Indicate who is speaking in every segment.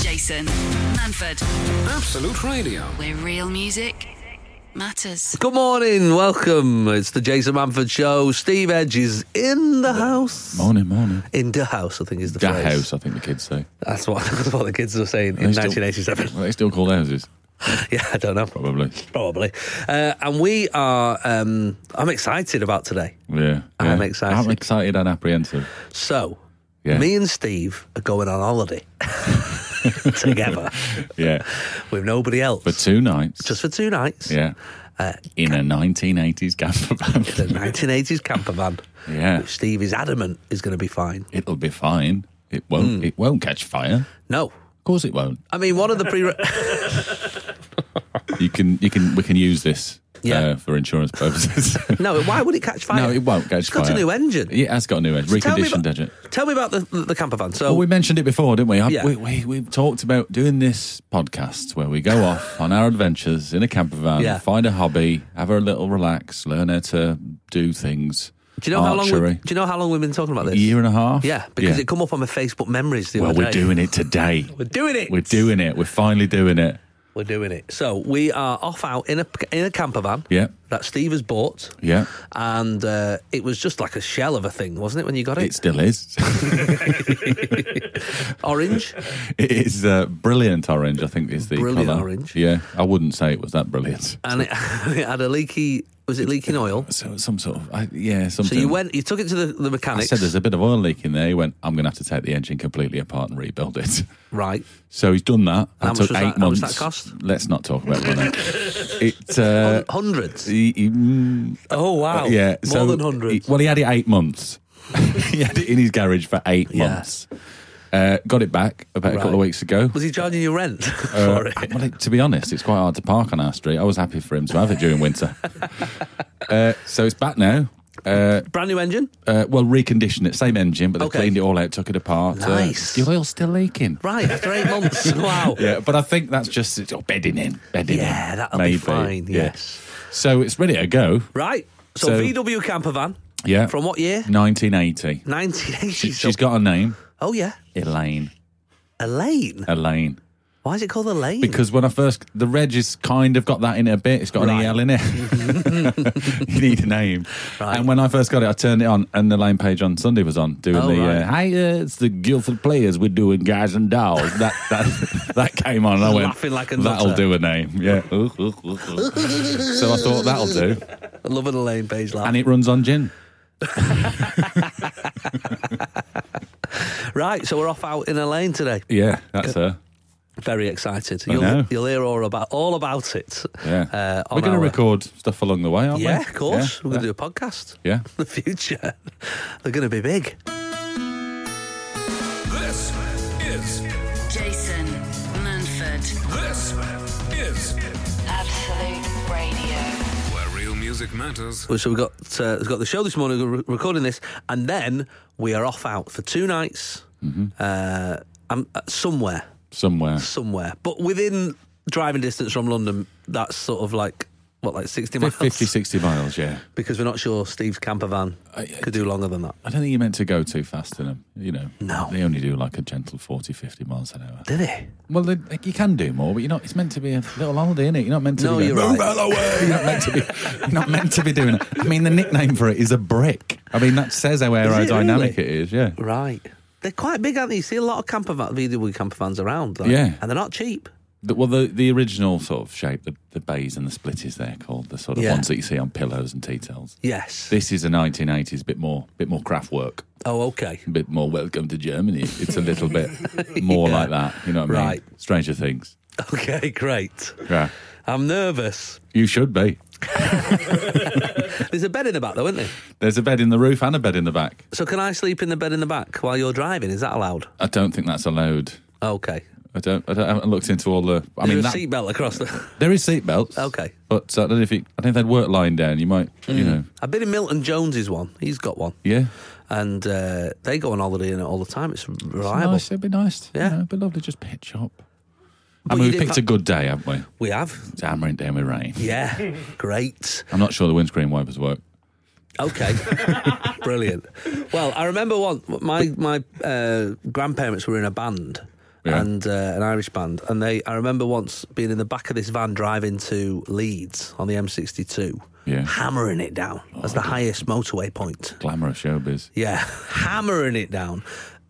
Speaker 1: Jason Manford.
Speaker 2: Absolute Radio.
Speaker 1: Where real music matters.
Speaker 3: Good morning, welcome. It's the Jason Manford Show. Steve Edge is in the house.
Speaker 4: Morning, morning.
Speaker 3: In the house, I think is the
Speaker 4: Da
Speaker 3: phrase.
Speaker 4: house, I think the kids say.
Speaker 3: That's what that's what the kids were saying in
Speaker 4: They still-
Speaker 3: 1987.
Speaker 4: Well, they still call houses,
Speaker 3: yeah, I don't know.
Speaker 4: probably.
Speaker 3: Probably. Uh, and we are. Um, I'm excited about today.
Speaker 4: Yeah.
Speaker 3: I'm
Speaker 4: yeah.
Speaker 3: excited.
Speaker 4: I'm excited and apprehensive.
Speaker 3: So,
Speaker 4: Yeah.
Speaker 3: me and Steve are going on holiday together
Speaker 4: Yeah.
Speaker 3: with nobody else.
Speaker 4: For two nights.
Speaker 3: just for two nights.
Speaker 4: yeah.
Speaker 3: Uh,
Speaker 4: In a 1980s camper
Speaker 3: the
Speaker 4: van.
Speaker 3: 1980s camper van.
Speaker 4: Yeah.
Speaker 3: Which Steve is adamant is going to be fine.
Speaker 4: It'll be fine. It
Speaker 3: Hmm.
Speaker 4: won't. It won't catch fire.
Speaker 3: No.
Speaker 4: Of course, it won't.
Speaker 3: I mean, one of the pre.
Speaker 4: You can. You can. We can use this.
Speaker 3: Yeah.
Speaker 4: Uh, for insurance purposes.
Speaker 3: No, why would it catch fire?
Speaker 4: no, it won't catch
Speaker 3: It's
Speaker 4: fire.
Speaker 3: got a new engine.
Speaker 4: Yeah, it has got a new engine.
Speaker 3: Tell me
Speaker 4: Reconditioned
Speaker 3: about,
Speaker 4: engine.
Speaker 3: Tell me about the, the camper van. So,
Speaker 4: Well, Oh, we mentioned it before, didn't we? I,
Speaker 3: Oh. Yeah.
Speaker 4: we, we? We've talked about doing this podcast where we go off on our adventures in a camper van,
Speaker 3: Yeah.
Speaker 4: find a hobby, have a little relax, learn how to do things.
Speaker 3: do you know how long? We,
Speaker 4: Archery.
Speaker 3: do you know how long we've been talking about this?
Speaker 4: A year and a half?
Speaker 3: Yeah, because it come up on my Facebook memories the
Speaker 4: Well,
Speaker 3: other day.
Speaker 4: we're doing it today.
Speaker 3: We're doing it.
Speaker 4: We're doing it. We're finally doing it.
Speaker 3: We're doing it. So we are off out in a in a camper van.
Speaker 4: Yeah.
Speaker 3: That Steve has bought.
Speaker 4: Yeah.
Speaker 3: And uh, it was just like a shell of a thing, wasn't it, when you got it?
Speaker 4: It still is.
Speaker 3: orange.
Speaker 4: it is uh, brilliant orange, I think is the
Speaker 3: Brilliant
Speaker 4: colour.
Speaker 3: orange. Uh,
Speaker 4: Yeah. I wouldn't say it was that brilliant.
Speaker 3: and it, it had a leaky. Was it leaking oil?
Speaker 4: So some sort of, I, yeah,
Speaker 3: So
Speaker 4: something.
Speaker 3: you went, you took it to the, the
Speaker 4: I
Speaker 3: mechanics.
Speaker 4: said there's a bit of oil leak in there. He went, I'm going to have to take the engine completely apart and rebuild it.
Speaker 3: right.
Speaker 4: So he's done that.
Speaker 3: How much
Speaker 4: That took
Speaker 3: was
Speaker 4: eight
Speaker 3: that- how much
Speaker 4: months.
Speaker 3: that cost?
Speaker 4: Let's not talk about money. it. Uh,
Speaker 3: hundreds.
Speaker 4: he- he- mm,
Speaker 3: Oh wow.
Speaker 4: yeah,
Speaker 3: More
Speaker 4: so
Speaker 3: than
Speaker 4: he-
Speaker 3: hundreds.
Speaker 4: well, he had it eight months. he had it in his garage for eight
Speaker 3: Yeah.
Speaker 4: months. Uh, got it back about a couple of
Speaker 3: Right.
Speaker 4: weeks ago.
Speaker 3: Was he charging you rent
Speaker 4: Uh,
Speaker 3: for it?
Speaker 4: well, it- to be honest, it's quite hard to park on our street. I was happy for him to have it during winter. uh, so it's back now. Uh,
Speaker 3: Brand new engine.
Speaker 4: uh, well, reconditioned it, same engine, but they
Speaker 3: Okay.
Speaker 4: cleaned it all out, took it apart. Uh,
Speaker 3: Nice.
Speaker 4: the oil's still leaking.
Speaker 3: Right, after eight months. Wow.
Speaker 4: Yeah, but I think that's just it's oh, bedding in, bedding in.
Speaker 3: Yeah, that'll be fine, yes.
Speaker 4: So it's ready to go.
Speaker 3: Right. So,
Speaker 4: So-
Speaker 3: VW camper van.
Speaker 4: Yeah.
Speaker 3: From what year?
Speaker 4: 1980.
Speaker 3: 1980.
Speaker 4: She,
Speaker 3: so-
Speaker 4: she's got a name.
Speaker 3: Oh yeah,
Speaker 4: Elaine.
Speaker 3: Elaine.
Speaker 4: Elaine.
Speaker 3: Why is it called Elaine?
Speaker 4: Because when I first, the reg is kind of got that in it a bit. It's got an
Speaker 3: Right.
Speaker 4: EL in it. you need a name.
Speaker 3: Right.
Speaker 4: And when I first got it, I turned it on, and the Elaine page on Sunday was on doing
Speaker 3: Oh,
Speaker 4: the
Speaker 3: right.
Speaker 4: uh, "Hi, uh, it's the Guildford Players. We're doing guys and dolls." That that, that came on. And I went
Speaker 3: Laughing like a
Speaker 4: That'll
Speaker 3: nutter."
Speaker 4: do a name. Yeah. so I thought that'll do.
Speaker 3: I love an Elaine page laugh.
Speaker 4: and it runs on gin.
Speaker 3: Right, so we're off out in Elaine today.
Speaker 4: Yeah, that's her.
Speaker 3: Very excited.
Speaker 4: I
Speaker 3: You'll,
Speaker 4: know.
Speaker 3: you'll hear all about all about it.
Speaker 4: Yeah,
Speaker 3: Uh,
Speaker 4: we're going to
Speaker 3: our-
Speaker 4: record stuff along the way, aren't we?
Speaker 3: Yeah, of course.
Speaker 4: Yeah,
Speaker 3: We're going to do a podcast.
Speaker 4: Yeah.
Speaker 3: The future. They're going to be big.
Speaker 2: This is
Speaker 1: Jason Manford.
Speaker 2: this is
Speaker 1: Absolute Radio.
Speaker 2: where real music matters.
Speaker 3: Well, So we've got uh, we've got the show this morning. We're re- recording this, and then we are off out for two nights. Uh, um, uh, somewhere,
Speaker 4: somewhere.
Speaker 3: somewhere, but within driving distance from London. That's sort of like what, like sixty miles?
Speaker 4: 50, 60 miles, yeah.
Speaker 3: Because we're not sure Steve's camper van could do longer than that.
Speaker 4: I don't think you're meant to go too fast in them, you know.
Speaker 3: No.
Speaker 4: They only do like a gentle 40, 50 miles an hour.
Speaker 3: Did he?
Speaker 4: Well, they, like, you can do more, but you're not, it's meant to be a little holiday, isn't it? You're not meant to
Speaker 3: No,
Speaker 4: be
Speaker 3: you're
Speaker 4: going,
Speaker 3: right.
Speaker 4: "Move out of the way!" You're not meant to be, you're not meant to be doing it. I mean, the nickname for it is a brick. I mean, that says how aerodynamic
Speaker 3: really?
Speaker 4: it is, yeah.
Speaker 3: Right. They're quite big, aren't they? You see a lot of camper van, VW camper vans around. like,
Speaker 4: Yeah.
Speaker 3: And they're not cheap.
Speaker 4: The, well, the, the original sort of shape, the, the bays and the splitties, they're called, the sort of
Speaker 3: Yeah.
Speaker 4: ones that you see on pillows and tea towels.
Speaker 3: Yes.
Speaker 4: This is a 1980s, bit more, bit more craft work,
Speaker 3: oh, okay.
Speaker 4: a bit more welcome to Germany. It's a little bit more like that. You know what I mean?
Speaker 3: Right.
Speaker 4: Stranger Things.
Speaker 3: Okay, great.
Speaker 4: Yeah.
Speaker 3: I'm nervous.
Speaker 4: You should be.
Speaker 3: There's a bed in the back, though, isn't there?
Speaker 4: There's a bed in the roof and a bed in the back.
Speaker 3: So can I sleep in the bed in the back while you're driving? Is that allowed?
Speaker 4: I don't think that's allowed.
Speaker 3: Okay.
Speaker 4: I don't. I, don't, I haven't looked into all the. I
Speaker 3: I mean,
Speaker 4: mean,
Speaker 3: a
Speaker 4: that,
Speaker 3: seatbelt across the.
Speaker 4: there is seatbelts.
Speaker 3: Okay. Mm.
Speaker 4: But uh, I don't know if it, I don't think they'd work lying down. You might. You know.
Speaker 3: I've been in Milton Jones's one. He's got one,
Speaker 4: Yeah.
Speaker 3: and uh, they go on holiday in it all the time. It's reliable.
Speaker 4: Nice. It'd be nice.
Speaker 3: Yeah.
Speaker 4: You know, it'd be lovely. Just pitch up.
Speaker 3: But
Speaker 4: I
Speaker 3: you
Speaker 4: mean, we
Speaker 3: did
Speaker 4: picked
Speaker 3: fa-
Speaker 4: a good day, haven't we?
Speaker 3: We have.
Speaker 4: It's hammering down with rain.
Speaker 3: Yeah, great.
Speaker 4: I'm not sure the windscreen wipers work.
Speaker 3: Okay, brilliant. Well, I remember one. My my uh, grandparents were in a band,
Speaker 4: Yeah.
Speaker 3: and uh, an Irish band. And they, I remember once being in the back of this van driving to Leeds on the M62,
Speaker 4: Yeah. Oh,
Speaker 3: hammering it down as the highest motorway point.
Speaker 4: Glamorous showbiz.
Speaker 3: Yeah, hammering it down.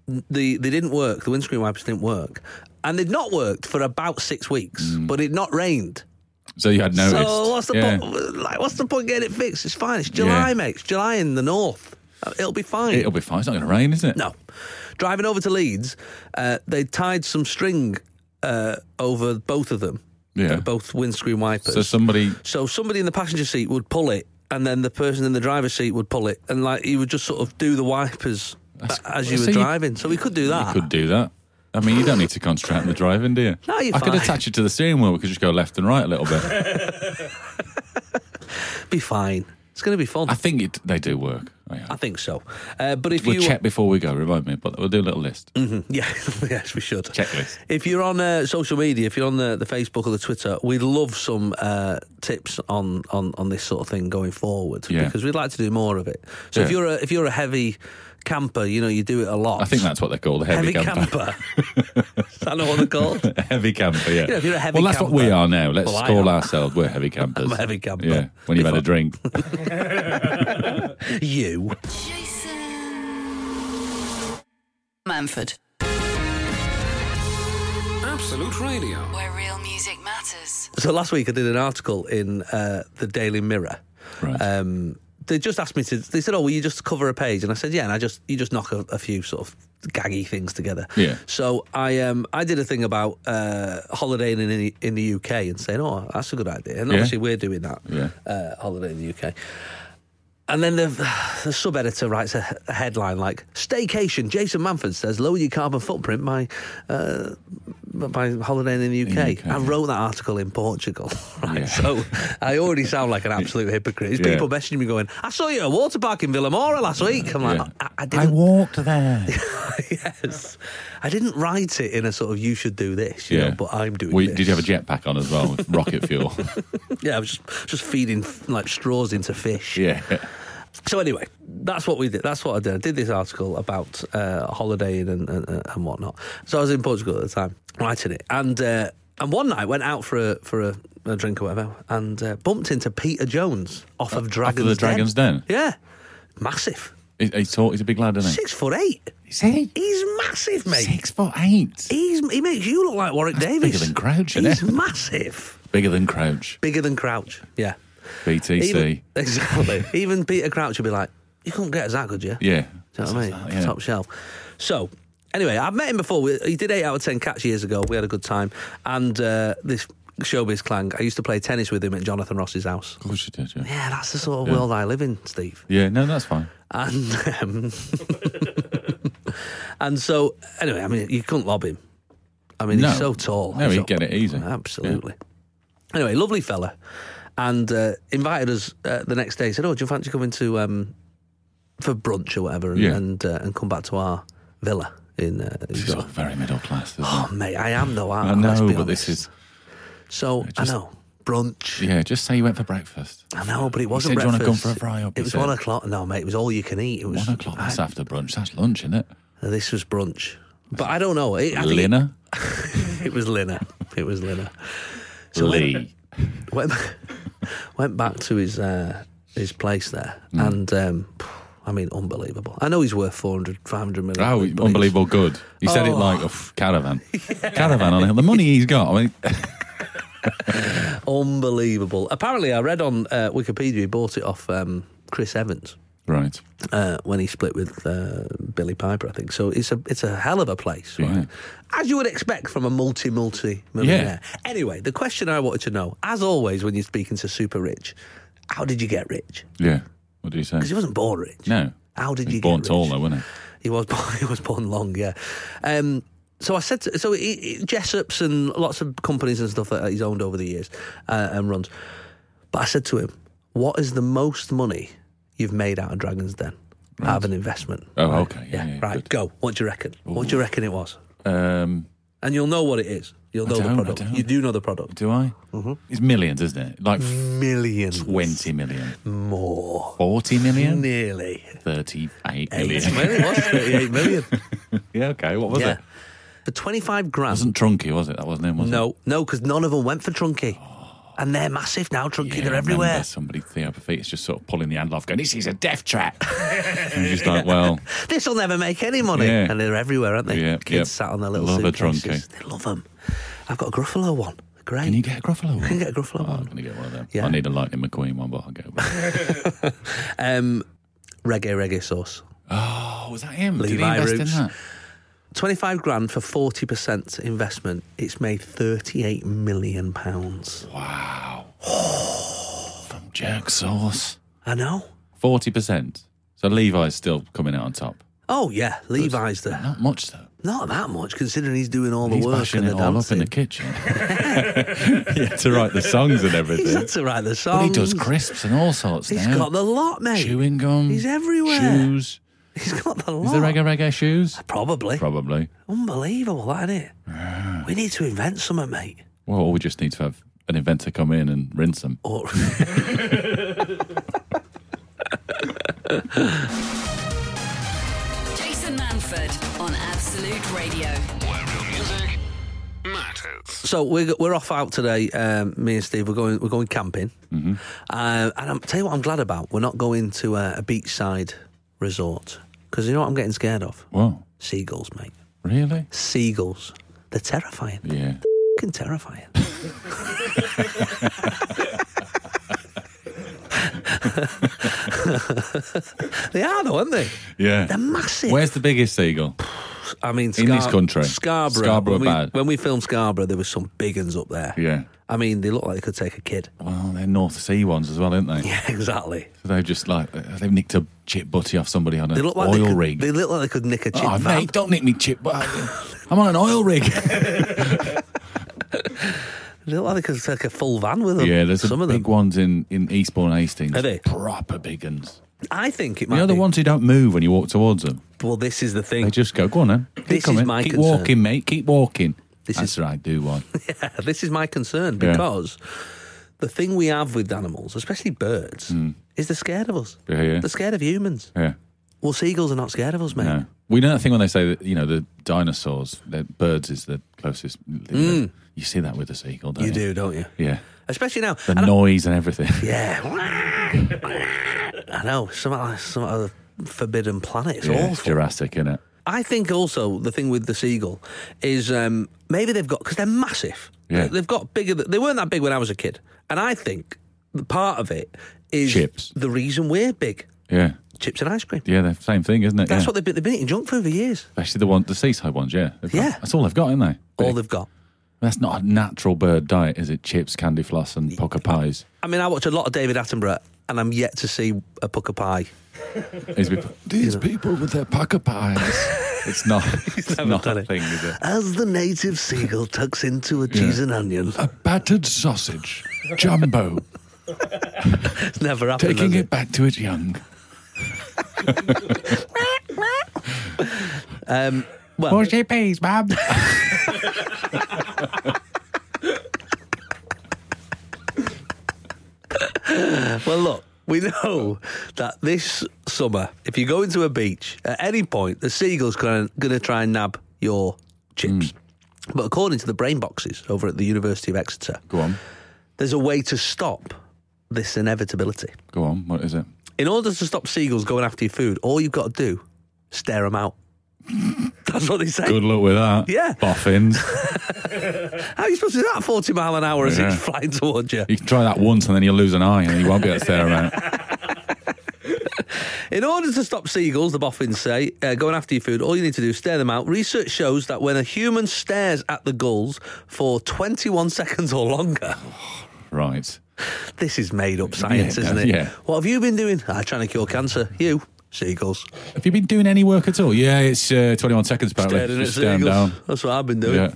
Speaker 3: The they didn't work. The windscreen wipers didn't work, and they'd not worked for about six weeks. But it not rained.
Speaker 4: So you had noticed.
Speaker 3: So what's the
Speaker 4: Mm. Oh, Yeah.
Speaker 3: point? Like, what's the point getting it fixed? It's fine. It's July,
Speaker 4: Yeah.
Speaker 3: mate. It's July in the north. Uh, It'll be fine.
Speaker 4: It'll be fine. It's not going to rain, is it?
Speaker 3: No. Driving over to Leeds, uh, they tied some string uh, over both of them,
Speaker 4: Yeah.
Speaker 3: both windscreen wipers.
Speaker 4: So somebody.
Speaker 3: So somebody in the passenger seat would pull it, and then the person in the driver's seat would pull it, and like you would just sort of do the wipers
Speaker 4: That's-
Speaker 3: a- as you
Speaker 4: so
Speaker 3: were
Speaker 4: you-
Speaker 3: driving. so we could do that.
Speaker 4: could do that. I mean, you don't need to concentrate on the driving, do you?
Speaker 3: No, you're
Speaker 4: I could
Speaker 3: fine.
Speaker 4: attach it to the steering wheel. We could just go left and right a little bit.
Speaker 3: Be fine. It's going to be fun. I,
Speaker 4: I think it, they do work. I hope.
Speaker 3: think so. Uh, but if
Speaker 4: We'll
Speaker 3: you
Speaker 4: check before we go. Remind me, but we'll do a little list.
Speaker 3: yeah, yes, we should
Speaker 4: Checklist.
Speaker 3: If you're on uh, social media, if you're on the, the Facebook or the Twitter, we'd love some uh, tips on, on, on this sort of thing going forward
Speaker 4: Yeah.
Speaker 3: because we'd like to do more of it. So if
Speaker 4: Yeah.
Speaker 3: you're a if you're a heavy camper, you know you do it a lot.
Speaker 4: I think that's what they're called, a heavy,
Speaker 3: heavy camper. Is that not what they're called?
Speaker 4: A heavy camper, yeah.
Speaker 3: You know, if you're a heavy
Speaker 4: well, that's what
Speaker 3: camper-
Speaker 4: we are now. Let's
Speaker 3: Well, I
Speaker 4: call
Speaker 3: am.
Speaker 4: ourselves we're heavy campers.
Speaker 3: I'm a heavy camper.
Speaker 4: Yeah, when you've had a
Speaker 3: If
Speaker 4: drink.
Speaker 3: you.
Speaker 1: Jason Manford,
Speaker 2: Absolute Radio.
Speaker 1: where real music matters.
Speaker 3: So last week I did an article in uh, the Daily Mirror.
Speaker 4: Right.
Speaker 3: Um, they just asked me to. They said, "Oh, will you just cover a page?" And I said, "Yeah." And I just you just knock a, a few sort of gaggy things together.
Speaker 4: Yeah.
Speaker 3: So I um I did a thing about uh, holidaying in the, in the UK and saying, "Oh, that's a good idea." And
Speaker 4: Yeah.
Speaker 3: obviously we're doing that.
Speaker 4: Yeah.
Speaker 3: Uh, holiday in the UK. And then the, the sub editor writes a, a headline like "Staycation." Jason Manford says, "Lower your carbon footprint by uh, by holidaying in the UK."
Speaker 4: In the UK,
Speaker 3: I
Speaker 4: yeah.
Speaker 3: wrote that article in Portugal. Right,
Speaker 4: Yeah.
Speaker 3: so I already sound like an absolute hypocrite. It's
Speaker 4: Yeah.
Speaker 3: people messaging me going, "I saw you at a water park in Villamora last week." I'm like,
Speaker 4: Yeah.
Speaker 3: I, I didn't.
Speaker 4: walked there.
Speaker 3: yes, I didn't write it in a sort of "you should do this," you
Speaker 4: Yeah,
Speaker 3: know, but I'm doing.
Speaker 4: We,
Speaker 3: this.
Speaker 4: Did you have a jetpack on as well? With rocket fuel.
Speaker 3: Yeah, I was just just feeding like straws into fish.
Speaker 4: yeah.
Speaker 3: So anyway, that's what we did. That's what I did. I did this article about uh, holidaying and, and and whatnot. So I was in Portugal at the time writing it, and uh, and one night went out for a for a, a drink or whatever, and uh, bumped into Peter Jones off of Dragons.
Speaker 4: Uh, the Dragon's Den?
Speaker 3: Yeah, massive,
Speaker 4: He, he's tall. He's a big lad, isn't
Speaker 3: six foot eight.
Speaker 4: he? Is he?
Speaker 3: He's massive, mate.
Speaker 4: Six foot eight.
Speaker 3: He's he makes you look like Warwick Davis.
Speaker 4: bigger than Crouch, isn't
Speaker 3: He's
Speaker 4: it?
Speaker 3: massive,
Speaker 4: Bigger than Crouch.
Speaker 3: bigger than Crouch. Yeah,
Speaker 4: BTC.
Speaker 3: Even- exactly. Even Peter Crouch would be like, "You couldn't get us that, could you?"
Speaker 4: yeah.
Speaker 3: Do you know what I mean?
Speaker 4: Yeah.
Speaker 3: Top shelf. So, anyway, I've met him before. We, he did 8 out of 10 catch years ago. We had a good time. And uh, this showbiz clang, I used to play tennis with him at Jonathan Ross's house.
Speaker 4: Of course you did. Yeah.
Speaker 3: Yeah, that's the sort of world I live in, Steve.
Speaker 4: Yeah. No, that's fine.
Speaker 3: And um, and so, anyway, I mean, you couldn't lob him. I mean,
Speaker 4: No.
Speaker 3: he's so tall.
Speaker 4: No,
Speaker 3: He's
Speaker 4: he'd
Speaker 3: up-
Speaker 4: get it easy.
Speaker 3: Absolutely. Anyway, lovely fella. And uh, invited us uh, the next day. Said, "Oh, do you fancy coming to um, for brunch or whatever, and
Speaker 4: Yeah.
Speaker 3: and, uh, and come back to our villa in?" Uh, in
Speaker 4: This is all
Speaker 3: Gloucester?"
Speaker 4: very middle class. Isn't
Speaker 3: oh, mate, I am though.
Speaker 4: it? I
Speaker 3: aren't I? Let's
Speaker 4: know,
Speaker 3: be
Speaker 4: but this
Speaker 3: honest.
Speaker 4: is.
Speaker 3: so.
Speaker 4: just-
Speaker 3: I know brunch.
Speaker 4: Yeah. Just say you went for breakfast.
Speaker 3: I know, but it wasn't
Speaker 4: said, "Do you wanna
Speaker 3: breakfast.
Speaker 4: come for a fry-up?"
Speaker 3: It
Speaker 4: You
Speaker 3: was
Speaker 4: said.
Speaker 3: one o'clock. No, mate, it was all you can eat. It was
Speaker 4: One o'clock. That's
Speaker 3: I-
Speaker 4: after brunch. That's lunch, isn't it?
Speaker 3: this was brunch, but I don't know. It, I think it-
Speaker 4: Linner.
Speaker 3: It was Lina. It was Lina.
Speaker 4: Lee.
Speaker 3: Went, went back to his uh, his place there,
Speaker 4: Hmm.
Speaker 3: and um, I mean, unbelievable. I know he's worth 400, 500 million.
Speaker 4: Oh,
Speaker 3: but he's-
Speaker 4: unbelievable good. He said it
Speaker 3: Oh.
Speaker 4: like a f- caravan. Caravan on it. The money he's got. I mean,
Speaker 3: Unbelievable. Apparently, I read on uh, Wikipedia he bought it off um, Chris Evans
Speaker 4: right.
Speaker 3: uh, when he split with uh, Billy Piper, I think. So it's a it's a hell of a place, right?
Speaker 4: Yeah.
Speaker 3: As you would expect from a multi multi millionaire. Anyway, the question I wanted to know, as always, when you're speaking to super rich, how did you get rich?
Speaker 4: Yeah. What do you say?
Speaker 3: Because he wasn't born rich.
Speaker 4: No.
Speaker 3: How did
Speaker 4: He was
Speaker 3: you
Speaker 4: born
Speaker 3: get
Speaker 4: tall
Speaker 3: rich?
Speaker 4: though, wasn't
Speaker 3: He was born. He was born long. Yeah. Um, so I said, to, so he, he- Jessup's and lots of companies and stuff that he's owned over the years uh, and runs. But I said to him, "What is the most money you've made out of Dragons Den out of an investment?"
Speaker 4: Oh, okay. Yeah, yeah,
Speaker 3: right.
Speaker 4: good.
Speaker 3: Go. What do you reckon? What do you reckon it was?
Speaker 4: he? Um,
Speaker 3: And you'll know what it is. You'll know the
Speaker 4: don't, I
Speaker 3: product.
Speaker 4: don't.
Speaker 3: You do know the product.
Speaker 4: do I?
Speaker 3: Mm-hmm.
Speaker 4: It's millions, isn't it? Like
Speaker 3: Millions
Speaker 4: 20 million.
Speaker 3: Mm. more.
Speaker 4: 40 million?
Speaker 3: Nearly.
Speaker 4: 38
Speaker 3: Eight
Speaker 4: million.
Speaker 3: million. It was 38 million.
Speaker 4: yeah, okay. What was
Speaker 3: yeah.
Speaker 4: it?
Speaker 3: for 25 grand.
Speaker 4: wasn't Trunky, was it? That wasn't him, was it?
Speaker 3: No, no, because none of them went for Trunky. And they're massive now, Trunky.
Speaker 4: Yeah,
Speaker 3: they're
Speaker 4: I remember
Speaker 3: everywhere.
Speaker 4: Somebody, Theo Perfeet, is just sort of pulling the handle off, going, This is a death trap. and you're just like, Well,
Speaker 3: This will never make any money.
Speaker 4: Yeah.
Speaker 3: And they're everywhere, aren't they?
Speaker 4: Yeah,
Speaker 3: Kids
Speaker 4: yeah.
Speaker 3: sat on their little
Speaker 4: Love a
Speaker 3: suitcases. They love them. I've got a Gruffalo one. Great.
Speaker 4: can you get a Gruffalo one?
Speaker 3: Can get a Gruffalo
Speaker 4: Oh, I'm
Speaker 3: one.
Speaker 4: going to get one of them.
Speaker 3: Yeah.
Speaker 4: I need a Lightning McQueen one, but I'll get one.
Speaker 3: Um, reggae reggae sauce.
Speaker 4: oh, was that him? Did he
Speaker 3: Levi
Speaker 4: invest
Speaker 3: Roots.
Speaker 4: in that?
Speaker 3: 25 grand for 40% investment. It's made 38 million pounds.
Speaker 4: Wow. From Jerk Sauce.
Speaker 3: I know.
Speaker 4: 40%. So Levi's still coming out on top.
Speaker 3: Oh, yeah. Levi's there.
Speaker 4: Not much, though.
Speaker 3: Not that much, considering he's doing all the
Speaker 4: He's
Speaker 3: work
Speaker 4: bashing
Speaker 3: and
Speaker 4: it
Speaker 3: the
Speaker 4: all up
Speaker 3: dancing.
Speaker 4: in the kitchen. he had to write the songs and
Speaker 3: he's
Speaker 4: everything.
Speaker 3: had to write the songs.
Speaker 4: But he does crisps and all sorts
Speaker 3: Um, He's
Speaker 4: now.
Speaker 3: got the lot, mate.
Speaker 4: Chewing gum.
Speaker 3: He's everywhere.
Speaker 4: Shoes.
Speaker 3: He's got the lot.
Speaker 4: Is there reggae reggae shoes?
Speaker 3: Probably.
Speaker 4: Probably.
Speaker 3: Unbelievable, that isn't it? we need to invent something, mate.
Speaker 4: Well, or we just need to have an inventor come in and rinse them.
Speaker 3: Or
Speaker 1: Jason Manford on Absolute Radio.
Speaker 2: Where real music matters.
Speaker 3: so we're we're off out today. Um, me and Steve, we're going we're going camping. Mm-hmm. Uh, and I'm tell you what, I'm glad about. We're not going to a, a beachside resort because you know what I'm getting scared of?
Speaker 4: Whoa.
Speaker 3: Seagulls, mate.
Speaker 4: Really?
Speaker 3: Seagulls. They're terrifying.
Speaker 4: Yeah.
Speaker 3: Fucking terrifying. they are though, aren't they?
Speaker 4: Yeah.
Speaker 3: They're massive.
Speaker 4: Where's the biggest seagull?
Speaker 3: I mean,
Speaker 4: In this country.
Speaker 3: Scarborough.
Speaker 4: Scarborough
Speaker 3: when, we,
Speaker 4: bad.
Speaker 3: when we filmed Scarborough, there was some big uns up there.
Speaker 4: Yeah.
Speaker 3: I mean, they look like they could take a kid.
Speaker 4: Well, they're North Sea ones as well, aren't they?
Speaker 3: Yeah, exactly.
Speaker 4: So they've just like uh, they've nicked a chip butty off somebody on
Speaker 3: They
Speaker 4: an
Speaker 3: look like
Speaker 4: oil
Speaker 3: they could,
Speaker 4: rig.
Speaker 3: They look like they could nick a chip.
Speaker 4: oh,
Speaker 3: van.
Speaker 4: mate, don't nick me chip but I'm on an oil rig.
Speaker 3: They look like they could take a full van with them.
Speaker 4: yeah, there's
Speaker 3: some
Speaker 4: some
Speaker 3: of
Speaker 4: big
Speaker 3: them.
Speaker 4: ones in in Eastbourne and Hastings.
Speaker 3: Are they?
Speaker 4: proper big ones?
Speaker 3: I think it might
Speaker 4: You know the
Speaker 3: be.
Speaker 4: ones who don't move when you walk towards them.
Speaker 3: Well, this is the
Speaker 4: They
Speaker 3: thing.
Speaker 4: just go, go on then. Keep
Speaker 3: This is
Speaker 4: coming.
Speaker 3: my
Speaker 4: Keep
Speaker 3: concern.
Speaker 4: walking, mate. Keep walking.
Speaker 3: This
Speaker 4: That's
Speaker 3: is-
Speaker 4: right. Do one.
Speaker 3: Yeah, this is my concern
Speaker 4: Yeah.
Speaker 3: because the thing we have with animals, especially birds, is they're scared of us.
Speaker 4: Hmm. Yeah, yeah.
Speaker 3: They're scared of humans.
Speaker 4: Yeah.
Speaker 3: Well, seagulls are not scared of us, mate.
Speaker 4: No. We know that thing when they say that, you know, the dinosaurs, the birds is the closest. You see that with the seagull, don't you?
Speaker 3: Mm. You do, don't you?
Speaker 4: Yeah.
Speaker 3: Especially now.
Speaker 4: The
Speaker 3: And I-
Speaker 4: noise and everything.
Speaker 3: Yeah. I know. Some like some other forbidden planet. It's
Speaker 4: Yeah, it's
Speaker 3: awful.
Speaker 4: Jurassic, innit?
Speaker 3: I think also the thing with the seagull is um, maybe they've got because they're massive.
Speaker 4: Yeah.
Speaker 3: They've got bigger. th- They weren't that big when I was a kid, and I think the part of it is
Speaker 4: Chips.
Speaker 3: The reason we're big,
Speaker 4: Yeah.
Speaker 3: chips and ice cream.
Speaker 4: Yeah, the same thing, isn't it?
Speaker 3: That's
Speaker 4: yeah.
Speaker 3: what they've been, they've been eating junk food for years.
Speaker 4: Especially the one, the seaside ones, yeah. They've got-
Speaker 3: Yeah.
Speaker 4: that's all they've got, isn't they?
Speaker 3: All they've got.
Speaker 4: that's not a natural bird diet, is it? Chips, candy floss, and poker pies.
Speaker 3: I mean, I watch a lot of David Attenborough, and I'm yet to see a pucker pie.
Speaker 4: Is it- These people with their poker pies. it's not, it's
Speaker 3: never
Speaker 4: not
Speaker 3: done
Speaker 4: a
Speaker 3: it.
Speaker 4: thing, is it?
Speaker 3: As the native seagull tucks into a cheese and onion,
Speaker 4: Battered sausage, jumbo,
Speaker 3: it's never happened. has it?
Speaker 4: back to its young.
Speaker 3: Um, well,
Speaker 4: Mushy peas, ma'am.
Speaker 3: Well, look, we know that this summer, if you go into a beach at any point, the seagull's going to try and nab your chips.
Speaker 4: Hmm.
Speaker 3: But according to the brain boxes over at the University of Exeter,
Speaker 4: Go on,
Speaker 3: there's a way to stop this inevitability.
Speaker 4: go on. What is it?
Speaker 3: In order to stop seagulls going after your food, all you've got to do, stare them out. That's what they say.
Speaker 4: Good luck with that.
Speaker 3: Yeah.
Speaker 4: boffins.
Speaker 3: How are you supposed to do that 40 mile an hour as
Speaker 4: Yeah.
Speaker 3: it's flying towards you?
Speaker 4: You can try that once, and then you'll lose an eye, and you won't be able to stare around.
Speaker 3: In order to stop seagulls, the boffins say, uh, going after your food, all you need to do is stare them out. Research shows that when a human stares at the gulls for 21 seconds or longer,
Speaker 4: Right.
Speaker 3: this is made up science,
Speaker 4: Yeah,
Speaker 3: isn't it?
Speaker 4: yeah.
Speaker 3: What have you been doing? Ah, trying to cure cancer. You, seagulls.
Speaker 4: Have you been doing any work at all? Yeah, it's uh, 21 seconds apparently.
Speaker 3: Staring at
Speaker 4: Just stand
Speaker 3: seagulls.
Speaker 4: down.
Speaker 3: That's what I've been doing.
Speaker 4: Yeah.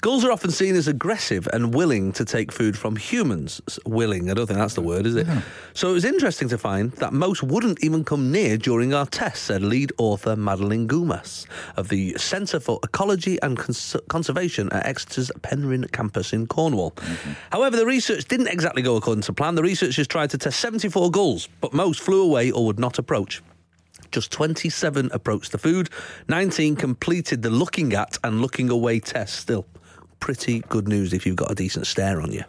Speaker 3: Gulls are often seen as aggressive and willing to take food from humans. S- Willing, I don't think that's the word, is it? So it was interesting to find that most wouldn't even come near during our test, said lead author Madeline Gumas of the Centre for Ecology and Cons- Conservation at Exeter's Penryn campus in Cornwall.
Speaker 4: Mm-hmm.
Speaker 3: However, the research didn't exactly go according to plan. The researchers tried to test 74 gulls, but most flew away or would not approach. Just 27 approached the food, 19 completed the looking at and looking away test still. Pretty good news if you've got a decent stare on you.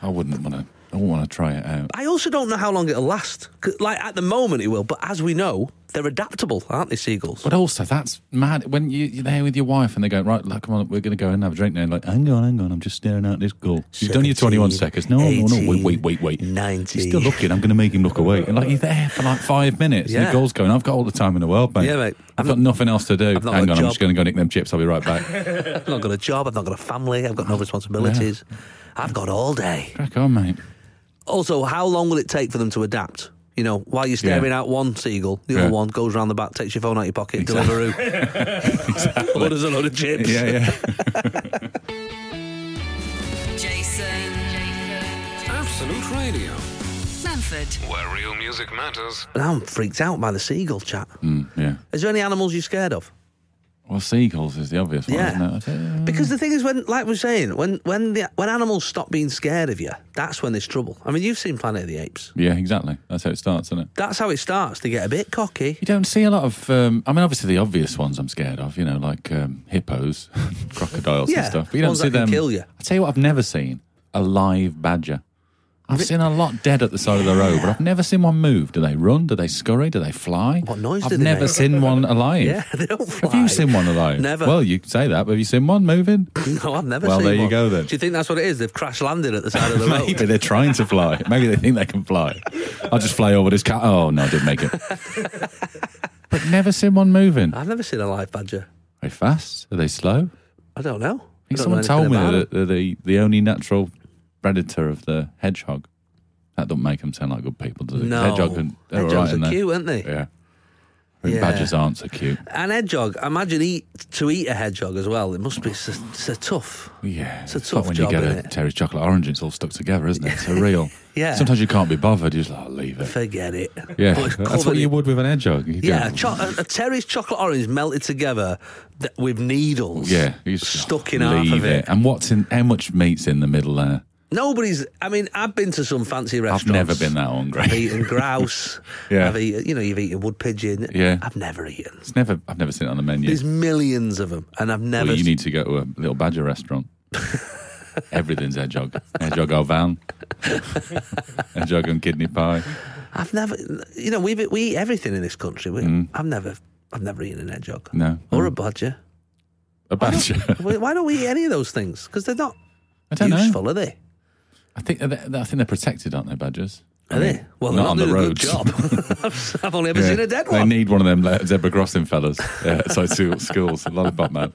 Speaker 4: I wouldn't want to. I wouldn't want to try it out.
Speaker 3: I also don't know how long it'll last. 'Cause, Like at the moment it will, but as we know, they're adaptable, aren't they, seagulls?
Speaker 4: But also, that's mad when you, you're there with your wife and they go, right, like, come on, we're going to go and have a drink now. And like, hang on, hang on, I'm just staring at this goal. You've done your 21 seconds. No, no, no, wait, wait, wait, wait.
Speaker 3: 19.
Speaker 4: He's still looking. I'm going to make him look away. And like, you're there for like five minutes. And
Speaker 3: Yeah.
Speaker 4: the goal's going, I've got all the time in the world, mate.
Speaker 3: Yeah, mate.
Speaker 4: I've got nothing else to do.
Speaker 3: I've not
Speaker 4: Hang on,
Speaker 3: got a
Speaker 4: I'm
Speaker 3: job.
Speaker 4: just going to go nick them chips. I'll be right back.
Speaker 3: I've not got a job, I've not got a family, I've got no responsibilities. I've got all day.
Speaker 4: Crack on, mate.
Speaker 3: Also, how long will it take for them to adapt? You know, while you're staring
Speaker 4: Yeah.
Speaker 3: at one seagull, the
Speaker 4: Yeah.
Speaker 3: other one goes round the back, takes your phone out of your pocket,
Speaker 4: Exactly.
Speaker 3: Deliveroo, orders a load of chips.
Speaker 4: Yeah, yeah.
Speaker 1: Jason.
Speaker 2: Absolute Radio,
Speaker 1: Manford.
Speaker 2: where real music matters.
Speaker 3: And I'm freaked out by the seagull chat.
Speaker 4: Mm, yeah.
Speaker 3: Is there any animals you're scared of?
Speaker 4: Well, seagulls is the obvious one,
Speaker 3: Yeah.
Speaker 4: isn't it? I don't-
Speaker 3: Because the thing is, when like we're saying, when when the, when animals stop being scared of you, that's when there's trouble. I mean, you've seen Planet of the Apes.
Speaker 4: Yeah, exactly. That's how it starts, isn't it?
Speaker 3: That's how it starts. They get a bit cocky.
Speaker 4: You don't see a lot of. Um, I mean, obviously the obvious ones I'm scared of. You know, like um, hippos, crocodiles
Speaker 3: Yeah,
Speaker 4: and stuff. But you don't
Speaker 3: ones
Speaker 4: see
Speaker 3: that can
Speaker 4: them.
Speaker 3: kill you.
Speaker 4: I tell you what, I've never seen a live badger. I've seen a lot dead at the side of the road, but I've never seen one move. Do they run? Do they scurry? Do they fly?
Speaker 3: What noise
Speaker 4: I've
Speaker 3: do they
Speaker 4: never
Speaker 3: make?
Speaker 4: seen one alive.
Speaker 3: Yeah, they don't fly.
Speaker 4: Have you seen one alive?
Speaker 3: Never.
Speaker 4: Well, you say that, but have you seen one moving?
Speaker 3: No, I've never
Speaker 4: Well,
Speaker 3: seen
Speaker 4: there you
Speaker 3: one.
Speaker 4: go then.
Speaker 3: Do you think that's what it is? They've crash landed at the side of the road.
Speaker 4: Maybe they're trying to fly. Maybe they think they can fly. I'll just fly over this cat. Oh no, I didn't make it. but never seen one moving.
Speaker 3: I've never seen a live badger.
Speaker 4: Are they fast? Are they slow?
Speaker 3: I don't know.
Speaker 4: I think
Speaker 3: I don't know
Speaker 4: someone told
Speaker 3: anything
Speaker 4: me
Speaker 3: about
Speaker 4: that they're the, the only natural predator of the hedgehog. That don't make them sound like good people, does it? 'Cause
Speaker 3: No.
Speaker 4: Hedgehog and, they're all
Speaker 3: Hedgehogs
Speaker 4: right,
Speaker 3: are
Speaker 4: aren't they?
Speaker 3: cute, aren't they?
Speaker 4: Yeah. I think
Speaker 3: Yeah.
Speaker 4: Badgers aren't so cute.
Speaker 3: An hedgehog. Imagine eat to eat a hedgehog as well. It must be it's a, it's a tough.
Speaker 4: Yeah. It's,
Speaker 3: a
Speaker 4: like
Speaker 3: tough
Speaker 4: when
Speaker 3: job,
Speaker 4: you get
Speaker 3: isn't
Speaker 4: a
Speaker 3: it?
Speaker 4: Terry's chocolate orange, it's all stuck together, isn't it? It's real.
Speaker 3: Yeah.
Speaker 4: Sometimes you can't be bothered. You're just like, oh, leave it.
Speaker 3: Forget it.
Speaker 4: Yeah.
Speaker 3: But it's
Speaker 4: That's what
Speaker 3: covered
Speaker 4: you
Speaker 3: in-
Speaker 4: would with an hedgehog. You'd go,
Speaker 3: Yeah, cho- a, a Terry's chocolate orange melted together th- with needles.
Speaker 4: Yeah, you just
Speaker 3: stuck in
Speaker 4: leave
Speaker 3: half of it.
Speaker 4: And what's in? How much meat's in the middle there?
Speaker 3: Nobody's. I mean, I've been to some fancy restaurants.
Speaker 4: I've never been that
Speaker 3: I've
Speaker 4: hungry.
Speaker 3: eaten grouse.
Speaker 4: Yeah.
Speaker 3: I've eaten, you know, you've eaten wood pigeon.
Speaker 4: Yeah.
Speaker 3: I've never eaten.
Speaker 4: It's never. I've never seen it on the menu.
Speaker 3: There's millions of them, and I've never.
Speaker 4: Well, you need to go to a little badger restaurant. Everything's hedgehog. Hedgehog au vin. hedgehog and kidney pie.
Speaker 3: I've never. You know, we we eat everything in this country. We, I've never. I've never eaten an hedgehog.
Speaker 4: Mm. No.
Speaker 3: Or a badger.
Speaker 4: A badger.
Speaker 3: Why why don't we eat any of those things? Because they're not
Speaker 4: I don't
Speaker 3: useful,
Speaker 4: know.
Speaker 3: are they?
Speaker 4: I think they're, I think they're protected, aren't they, badgers?
Speaker 3: Are they? Well, they're
Speaker 4: not
Speaker 3: not
Speaker 4: on the
Speaker 3: doing
Speaker 4: roads.
Speaker 3: a good job. I've only ever
Speaker 4: Yeah.
Speaker 3: seen a dead
Speaker 4: They
Speaker 3: one.
Speaker 4: need one of them like, zebra crossing fellas. Yeah, so to schools, lollipop man.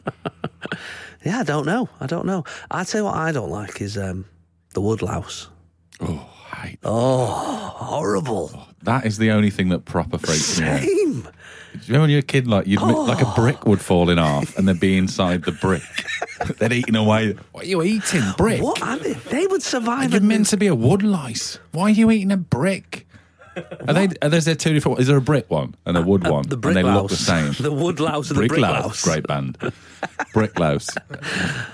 Speaker 3: yeah, I don't know. I don't know. I tell you what, I don't like is um, the woodlouse.
Speaker 4: Oh, I hate that.
Speaker 3: Oh, horrible.
Speaker 4: that is the only thing that proper freaks me out.
Speaker 3: Same.
Speaker 4: Do you remember when you were a kid, like you'd like
Speaker 3: Oh.
Speaker 4: a brick would fall in half, and they'd be inside the brick. they'd eaten away. What are you eating, brick?
Speaker 3: What are they? They would survive.
Speaker 4: You're
Speaker 3: an-
Speaker 4: meant to be a woodlice. Why are you eating a brick? Are they? Are there two different? Is there a brick one and a wood one?
Speaker 3: Uh, the brick
Speaker 4: and they look
Speaker 3: louse.
Speaker 4: the same.
Speaker 3: The wood louse and the brick louse.
Speaker 4: great band. brick louse.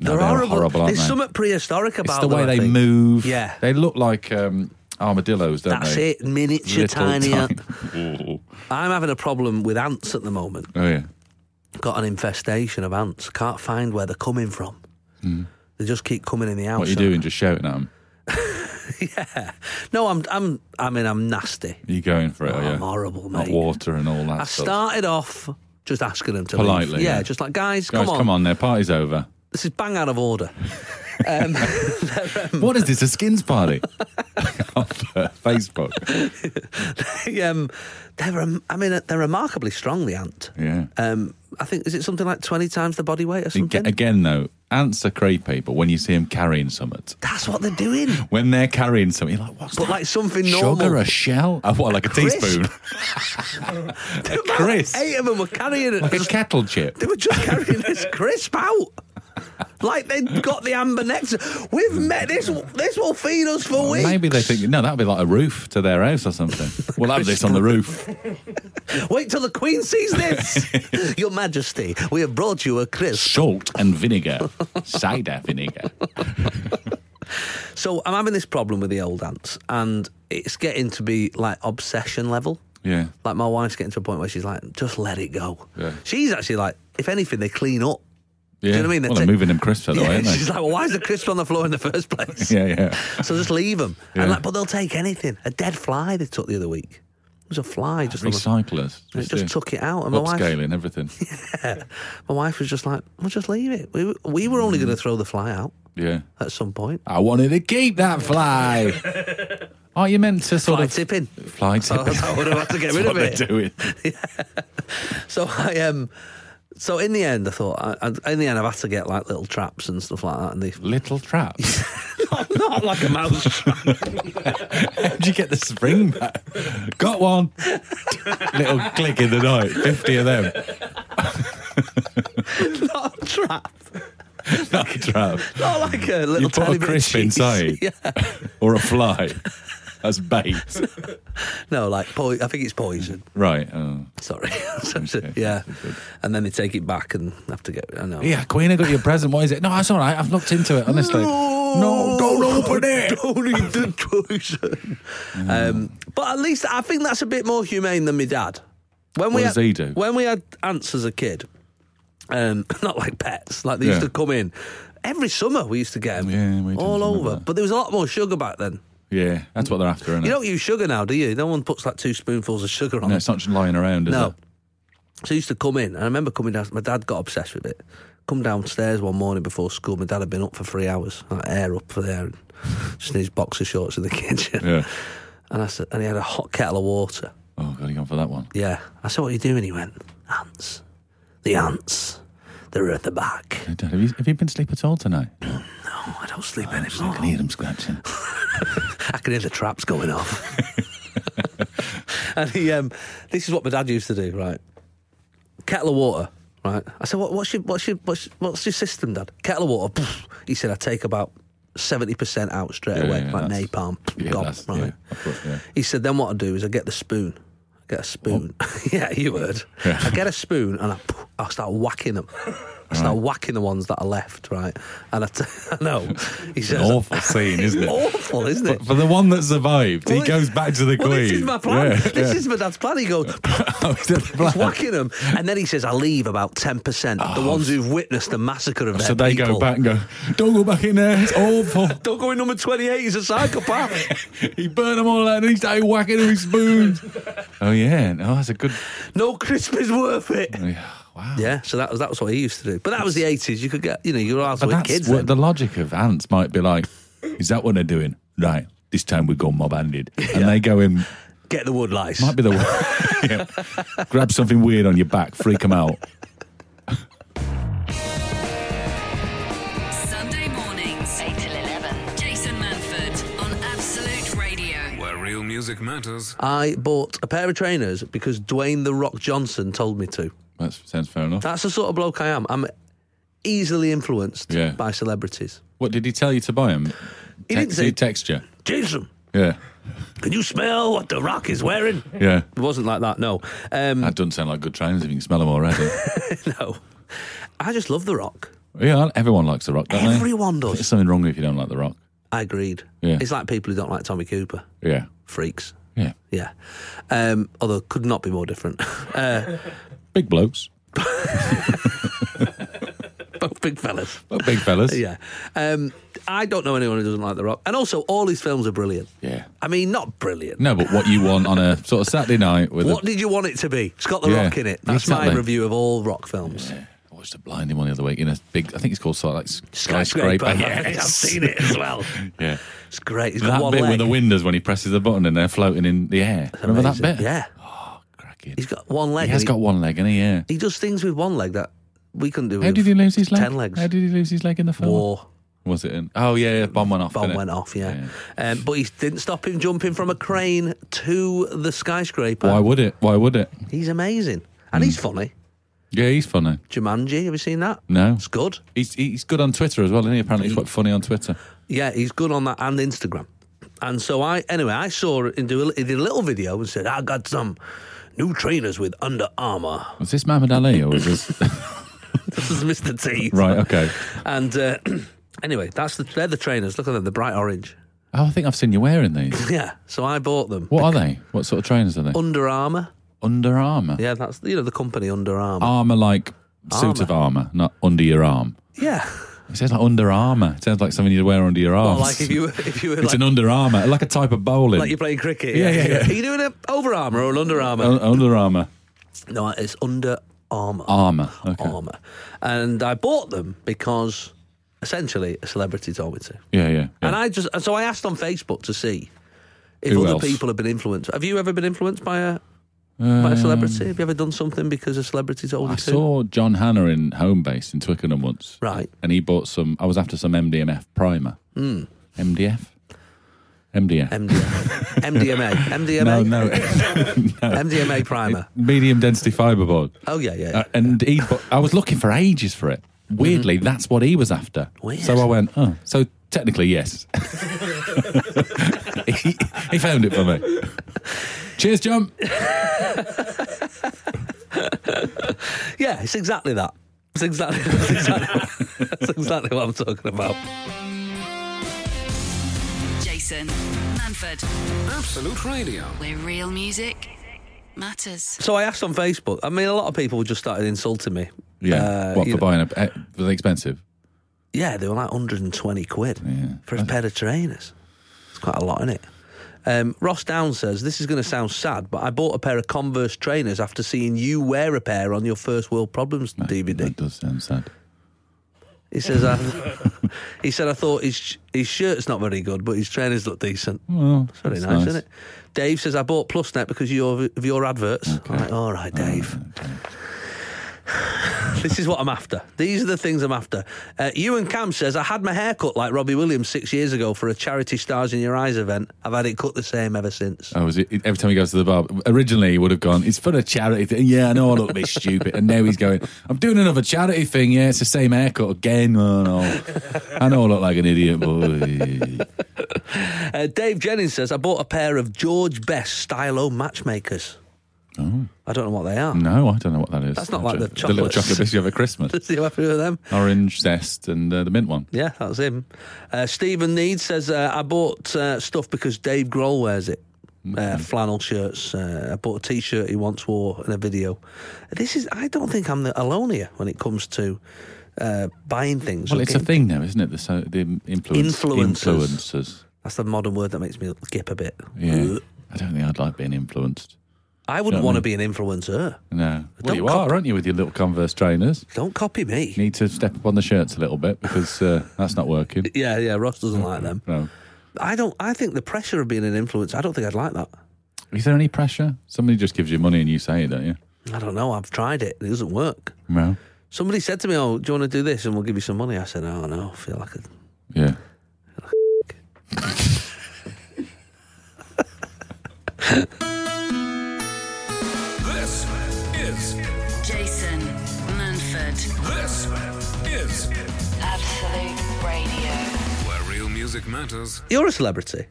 Speaker 4: No,
Speaker 3: They're, horrible.
Speaker 4: aren't
Speaker 3: There's
Speaker 4: they?
Speaker 3: something prehistoric about
Speaker 4: It's the
Speaker 3: them,
Speaker 4: way
Speaker 3: I
Speaker 4: they
Speaker 3: think.
Speaker 4: move.
Speaker 3: Yeah.
Speaker 4: they look like um, armadillos, don't
Speaker 3: That's
Speaker 4: they?
Speaker 3: it. Miniature,
Speaker 4: Little
Speaker 3: tiny. uh, ant.
Speaker 4: tiny-
Speaker 3: I'm having a problem with ants at the moment.
Speaker 4: Oh yeah.
Speaker 3: Got an infestation of ants. Can't find where they're coming from. They just keep coming in the house.
Speaker 4: Hmm. What are you doing? Just shouting at them?
Speaker 3: yeah. No, I'm. I'm. I mean, I'm nasty.
Speaker 4: Are you going for it? are
Speaker 3: Oh, I'm
Speaker 4: you?
Speaker 3: horrible,
Speaker 4: Oh, Not
Speaker 3: mate.
Speaker 4: water and all that.
Speaker 3: I
Speaker 4: stuff.
Speaker 3: started off just asking them to
Speaker 4: Politely,
Speaker 3: Leave. Yeah,
Speaker 4: yeah.
Speaker 3: just like guys,
Speaker 4: Guys,
Speaker 3: come on,
Speaker 4: come on, their party's over.
Speaker 3: This is bang out of order.
Speaker 4: What is this? A skins party? Off, uh, Facebook.
Speaker 3: um, they're. um, I mean, they're remarkably strong. The ant.
Speaker 4: Yeah.
Speaker 3: Um, I think is it something like twenty times the body weight or something.
Speaker 4: Aga- Again, though, ants are creepy, but when you see them carrying something,
Speaker 3: That's what they're doing.
Speaker 4: when they're carrying something, you're like, what's
Speaker 3: But
Speaker 4: that?
Speaker 3: like something
Speaker 4: Sugar,
Speaker 3: normal.
Speaker 4: a shell? Uh, what, like a
Speaker 3: crisp.
Speaker 4: teaspoon? a crisp?
Speaker 3: Eight of them were carrying it.
Speaker 4: Like a kettle chip?
Speaker 3: They were just carrying this crisp out. Like they'd got the amber nectar. We've met this. This will feed us for weeks.
Speaker 4: Maybe they think, no, that'll be like a roof to their house or something. We'll have this on the roof.
Speaker 3: Wait till the Queen sees this. Your Majesty, we have brought you a crisp.
Speaker 4: Salt and vinegar. Cider vinegar.
Speaker 3: So I'm having this problem with the old ants, and it's getting to be like obsession level.
Speaker 4: Yeah.
Speaker 3: Like my wife's getting to a point where she's like, just let it go.
Speaker 4: Yeah.
Speaker 3: She's actually like, if anything, they clean up.
Speaker 4: Yeah.
Speaker 3: know what I mean?
Speaker 4: Well,
Speaker 3: That's
Speaker 4: they're
Speaker 3: it.
Speaker 4: moving them crisps out of the way,
Speaker 3: Yeah,
Speaker 4: Oh, aren't
Speaker 3: she's
Speaker 4: they?
Speaker 3: like, well, why is the crisp on the floor in the first place?
Speaker 4: Yeah, yeah.
Speaker 3: So just leave them. And
Speaker 4: Yeah.
Speaker 3: like, but they'll take anything. A dead fly they took the other week. It was a fly just on the
Speaker 4: Recyclers.
Speaker 3: and it just
Speaker 4: yeah.
Speaker 3: took it out. And my wife,
Speaker 4: upscaling everything.
Speaker 3: my wife was just like, well, just leave it. We, we were only going to
Speaker 4: Mm.
Speaker 3: throw the fly out
Speaker 4: Yeah.
Speaker 3: at some point.
Speaker 4: I wanted to keep that fly. Are you meant to sort
Speaker 3: Fly
Speaker 4: of
Speaker 3: tipping.
Speaker 4: fly
Speaker 3: So
Speaker 4: tipping?
Speaker 3: I would have had to get
Speaker 4: That's
Speaker 3: rid
Speaker 4: what
Speaker 3: of
Speaker 4: they're
Speaker 3: it.
Speaker 4: doing.
Speaker 3: So I Um, so in the end, I thought. I, I- in the end, I've had to get like little traps and stuff like that, and they
Speaker 4: Little traps.
Speaker 3: not, not like a mouse trap.
Speaker 4: How'd you get the spring back? Got one. Little click in the night. Fifty of them.
Speaker 3: not a trap,
Speaker 4: Not a trap.
Speaker 3: not like a little
Speaker 4: You put
Speaker 3: tiny
Speaker 4: a
Speaker 3: bit of
Speaker 4: crisp
Speaker 3: cheese.
Speaker 4: inside
Speaker 3: Yeah.
Speaker 4: or a fly. That's bait.
Speaker 3: No, like po- I think it's poison.
Speaker 4: Right. Oh.
Speaker 3: Sorry, So- so- yeah. And then they take it back and have to get. I know.
Speaker 4: Yeah, Queen, I got your present. What is it? No, it's all right. I've looked into it, honestly. No, don't open it.
Speaker 3: Don't eat the poison. Um, but at least I think that's a bit more humane than my dad. When we
Speaker 4: What
Speaker 3: had,
Speaker 4: does he do?
Speaker 3: When we had ants as a kid, um, not like pets, like they used
Speaker 4: Yeah.
Speaker 3: to come in. Every summer we used to get them
Speaker 4: Yeah, we did
Speaker 3: all
Speaker 4: remember
Speaker 3: over.
Speaker 4: that.
Speaker 3: But there was a lot more sugar back then.
Speaker 4: Yeah, that's what they're after, isn't it?
Speaker 3: You don't use sugar now, do you? No one puts like two spoonfuls of sugar on
Speaker 4: no,
Speaker 3: it.
Speaker 4: it's not just lying around, is
Speaker 3: No.
Speaker 4: it?
Speaker 3: So I used to come in, and I remember coming down. My dad got obsessed with it. Come downstairs one morning before school. My dad had been up for three hours, like air up for there, and just in his boxer shorts in the kitchen.
Speaker 4: Yeah.
Speaker 3: And I said, and he had a hot kettle of water.
Speaker 4: Oh, God, you gone for that one.
Speaker 3: Yeah. I said, what are you doing? He went, ants. The ants. They're at the back.
Speaker 4: Hey, Dad, have you, have you been asleep at all tonight?
Speaker 3: No, I don't sleep
Speaker 4: I
Speaker 3: anymore.
Speaker 4: can hear them scratching.
Speaker 3: I can hear the traps going off. and he, um, this is what my dad used to do, right? Kettle of water, right? I said, what, what's, your, what's, your, what's, what's your system, Dad? Kettle of water. pff. He said, I take about 70% out straight
Speaker 4: Yeah,
Speaker 3: away,
Speaker 4: yeah,
Speaker 3: like
Speaker 4: that's-
Speaker 3: napalm. pff,
Speaker 4: Yeah,
Speaker 3: gone,
Speaker 4: that's,
Speaker 3: right?
Speaker 4: yeah, of course, yeah.
Speaker 3: He said, then what I do is I get the spoon. I get a spoon. yeah, you heard.
Speaker 4: Yeah.
Speaker 3: I get a spoon and I, poof, I start whacking them. I start whacking the ones that are left, right? And I, t- I know. He says,
Speaker 4: Awful scene, isn't it?
Speaker 3: awful, isn't it?
Speaker 4: But for the one that survived,
Speaker 3: Well,
Speaker 4: he
Speaker 3: it-
Speaker 4: goes back to the
Speaker 3: well,
Speaker 4: Queen.
Speaker 3: This is my plan.
Speaker 4: Yeah,
Speaker 3: this
Speaker 4: yeah.
Speaker 3: is my dad's plan. He goes,
Speaker 4: Oh, is that the
Speaker 3: he's
Speaker 4: plan?
Speaker 3: whacking them. And then he says, I leave about 10%. the ones who've witnessed the massacre of their
Speaker 4: Oh. So they
Speaker 3: people.
Speaker 4: go back and go, don't go back in there. It's awful.
Speaker 3: Don't go in number 28. He's a psychopath.
Speaker 4: he burned them all out and he started whacking them with spoons. oh, yeah. No, that's a good.
Speaker 3: no crisp is worth it.
Speaker 4: yeah, Wow.
Speaker 3: Yeah, so that was that was what he used to do. But that was the 80s. You could get, you know, you were out
Speaker 4: But
Speaker 3: with
Speaker 4: that's
Speaker 3: kids.
Speaker 4: what
Speaker 3: then.
Speaker 4: the logic of ants might be like. Is that what they're doing? Right. This time we go mob handed. And they go in,
Speaker 3: get the wood lice.
Speaker 4: might be the one. Yeah. Grab something weird on your back, freak them out.
Speaker 1: Sunday mornings, 8 till 11. Jason Manford on Absolute Radio.
Speaker 2: Where real music matters.
Speaker 3: I bought a pair of trainers because Dwayne The Rock Johnson told me to.
Speaker 4: That sounds fair enough.
Speaker 3: That's the sort of bloke I am. I'm easily influenced
Speaker 4: Yeah.
Speaker 3: by celebrities.
Speaker 4: What did he tell you to buy him?
Speaker 3: He didn't
Speaker 4: he
Speaker 3: say-
Speaker 4: text you?
Speaker 3: Jason,
Speaker 4: Yeah.
Speaker 3: can you smell what The Rock is wearing?
Speaker 4: Yeah.
Speaker 3: It wasn't like that, no. Um,
Speaker 4: That doesn't sound like good trainers if you can smell them already.
Speaker 3: no. I just love The Rock.
Speaker 4: yeah, everyone likes The Rock, don't they?
Speaker 3: Everyone does.
Speaker 4: There's something wrong if you don't like The Rock.
Speaker 3: I agreed.
Speaker 4: Yeah.
Speaker 3: It's like people who don't like Tommy Cooper.
Speaker 4: Yeah.
Speaker 3: Freaks.
Speaker 4: Yeah.
Speaker 3: Yeah. Um, although could not be more different. Uh,
Speaker 4: Big blokes.
Speaker 3: both big fellas.
Speaker 4: But big fellas.
Speaker 3: Yeah. Um, I don't know anyone who doesn't like The Rock. And also, all his films are brilliant.
Speaker 4: Yeah.
Speaker 3: I mean, not brilliant.
Speaker 4: No, but what you want on a sort of Saturday night with
Speaker 3: What
Speaker 4: a.
Speaker 3: did you want it to be? It's got The
Speaker 4: Yeah,
Speaker 3: Rock in it. That's my
Speaker 4: exactly.
Speaker 3: review of all Rock films.
Speaker 4: I watched a blinding one the other week in a big. I think it's called sort of like
Speaker 3: Skyscraper.
Speaker 4: skyscraper.
Speaker 3: I've seen it as well.
Speaker 4: Yeah,
Speaker 3: It's great. He's got
Speaker 4: that
Speaker 3: one
Speaker 4: bit
Speaker 3: leg.
Speaker 4: with the windows when he presses the button and they're floating in the air. Remember that
Speaker 3: Amazing.
Speaker 4: bit?
Speaker 3: Yeah.
Speaker 4: cracking.
Speaker 3: He's got one leg.
Speaker 4: He has
Speaker 3: and
Speaker 4: got one leg in a yeah.
Speaker 3: He does things with one leg that we couldn't do.
Speaker 4: How
Speaker 3: with
Speaker 4: did he lose his leg?
Speaker 3: Ten legs.
Speaker 4: How did he lose his leg in the film?
Speaker 3: War
Speaker 4: Was it in? Oh yeah, yeah. Bomb went off.
Speaker 3: bomb
Speaker 4: didn't it?
Speaker 3: went off. Yeah, Um, but he didn't stop him jumping from a crane to the skyscraper.
Speaker 4: Why would Hmm. it? Why would it?
Speaker 3: He's amazing and he's funny.
Speaker 4: Yeah, he's funny.
Speaker 3: Jumanji, have you seen that?
Speaker 4: No,
Speaker 3: It's good.
Speaker 4: he's he's good on Twitter as well, isn't he? Apparently, he's quite funny on Twitter.
Speaker 3: Yeah, he's good on that and Instagram. And so I, anyway, I saw it and do a, he did a little video and said, "I got some new trainers with Under Armour."
Speaker 4: Was this Muhammad Ali or was this
Speaker 3: This is Mr. T.
Speaker 4: right? Okay,
Speaker 3: And uh, anyway, that's the they're the trainers. Look at them, they're bright orange.
Speaker 4: Oh, I think I've seen you wearing these.
Speaker 3: Yeah, so I bought them.
Speaker 4: What are they? What sort of trainers are they?
Speaker 3: Under Armour.
Speaker 4: Under Armour.
Speaker 3: Yeah, that's you know the company Under Armour.
Speaker 4: Armour like suit of armour, not under your arm.
Speaker 3: Yeah,
Speaker 4: It sounds like Under Armour. It sounds like something you'd wear under your
Speaker 3: or
Speaker 4: arm.
Speaker 3: like if you were, if you were
Speaker 4: Oh. it's
Speaker 3: like,
Speaker 4: an Under Armour, like a type of bowling.
Speaker 3: like you're playing cricket.
Speaker 4: Yeah, yeah, yeah. Uh,
Speaker 3: Are you doing an Over Armour or an Under Armour?
Speaker 4: Un- under Armour.
Speaker 3: No, it's Under Armour.
Speaker 4: Armour. Oh, Okay.
Speaker 3: Armour. And I bought them because essentially a celebrity told me to.
Speaker 4: Yeah, yeah. yeah.
Speaker 3: And I just and so I asked on Facebook to see if
Speaker 4: Who
Speaker 3: other
Speaker 4: else?
Speaker 3: people have been influenced. Have you ever been influenced by a by a celebrity? Have you ever done something because a celebrity told
Speaker 4: Um, I
Speaker 3: you to?
Speaker 4: saw John Hanna in home base in Twickenham once.
Speaker 3: Right.
Speaker 4: And he bought some, I was after some MDMF primer.
Speaker 3: Hmm.
Speaker 4: MDF? MDF.
Speaker 3: MDMA. MDMA. MDMA.
Speaker 4: no, no.
Speaker 3: MDMA primer.
Speaker 4: Medium density fiberboard.
Speaker 3: Oh yeah, yeah.
Speaker 4: Uh, and he, bu- I was looking for ages for it. Weirdly, that's what he was after.
Speaker 3: Mm-hmm. Weird.
Speaker 4: So I went, oh, so technically, yes. he, he found it for me. Cheers, John.
Speaker 3: Uh, yeah, it's exactly that. It's exactly that's exactly, that's exactly what I'm talking about.
Speaker 1: Jason Manford,
Speaker 2: Absolute Radio.
Speaker 1: where real music matters.
Speaker 3: So I asked on Facebook. I mean, a lot of people just started insulting me.
Speaker 4: Yeah.
Speaker 3: Uh,
Speaker 4: what,
Speaker 3: you
Speaker 4: for
Speaker 3: know-
Speaker 4: buying a. eh, Were they expensive?
Speaker 3: Yeah, they were like 120 quid for a pair of trainers. It's quite a lot, isn't it? Um, Ross Down says, This is going to sound sad, but I bought a pair of Converse trainers after seeing you wear a pair on your First World Problems DVD.
Speaker 4: That does sound sad.
Speaker 3: He says, I, He said, I thought his, his shirt's not very good, but his trainers look decent.
Speaker 4: Well,
Speaker 3: It's very
Speaker 4: that's
Speaker 3: nice, isn't it? Dave says, I bought PlusNet because of your, of your adverts. I'm like, All right, Dave. this is what I'm after. These are the things I'm after. Uh, Ewan Cam says, I had my hair cut like Robbie Williams six years ago for a charity Stars in Your Eyes event. I've had it cut the same ever since.
Speaker 4: Oh, is it every time he goes to the bar? Originally, he would have gone, "It's for a charity thing." Yeah, I know I look a bit stupid, and now he's going, "I'm doing another charity thing." Yeah, it's the same haircut again. Oh no, I know I look like an idiot, but
Speaker 3: Uh, Dave Jennings says, I bought a pair of George Best Stylo Matchmakers. Oh. I don't know what they are.
Speaker 4: no, I don't know what that is.
Speaker 3: That's not like the
Speaker 4: the little
Speaker 3: chocolates.
Speaker 4: chocolate biscuit you have at Christmas,
Speaker 3: Does he have happy with them?
Speaker 4: orange zest, and uh, the mint one.
Speaker 3: Yeah, that's him. Uh, Stephen Need says, uh, I bought uh, stuff because Dave Grohl wears it. Uh,
Speaker 4: Mm-hmm.
Speaker 3: flannel shirts. Uh, I bought a T-shirt he once wore in a video. This is. I don't think I'm the alone here when it comes to uh, buying things.
Speaker 4: Well, it's a
Speaker 3: Okay?
Speaker 4: thing now, isn't it? The, so, the influence,
Speaker 3: Influencers.
Speaker 4: influencers.
Speaker 3: That's the modern word that makes me gip a bit.
Speaker 4: Yeah, I don't think I'd like being influenced.
Speaker 3: I wouldn't
Speaker 4: Don't
Speaker 3: want to
Speaker 4: me.
Speaker 3: be an influencer.
Speaker 4: No, well,
Speaker 3: Don't
Speaker 4: you
Speaker 3: cop-
Speaker 4: are, aren't you, with your little Converse trainers?
Speaker 3: Don't copy me.
Speaker 4: Need to step up on the shirts a little bit because uh, that's not working.
Speaker 3: Yeah, yeah. Ross doesn't
Speaker 4: Mm-hmm.
Speaker 3: like them.
Speaker 4: No.
Speaker 3: I don't. I think the pressure of being an influencer. I don't think I'd like that.
Speaker 4: Is there any pressure? Somebody just gives you money and you say it, don't you?
Speaker 3: I don't know. I've tried it. It doesn't work.
Speaker 4: No.
Speaker 3: Somebody said to me, "Oh, do you want to do this and we'll give you some money?" I said, "Oh no, I feel like a
Speaker 4: Yeah.
Speaker 2: This is
Speaker 1: Jason Manford,
Speaker 2: this is
Speaker 1: Absolute Radio.
Speaker 2: where real music matters.
Speaker 3: You're a celebrity.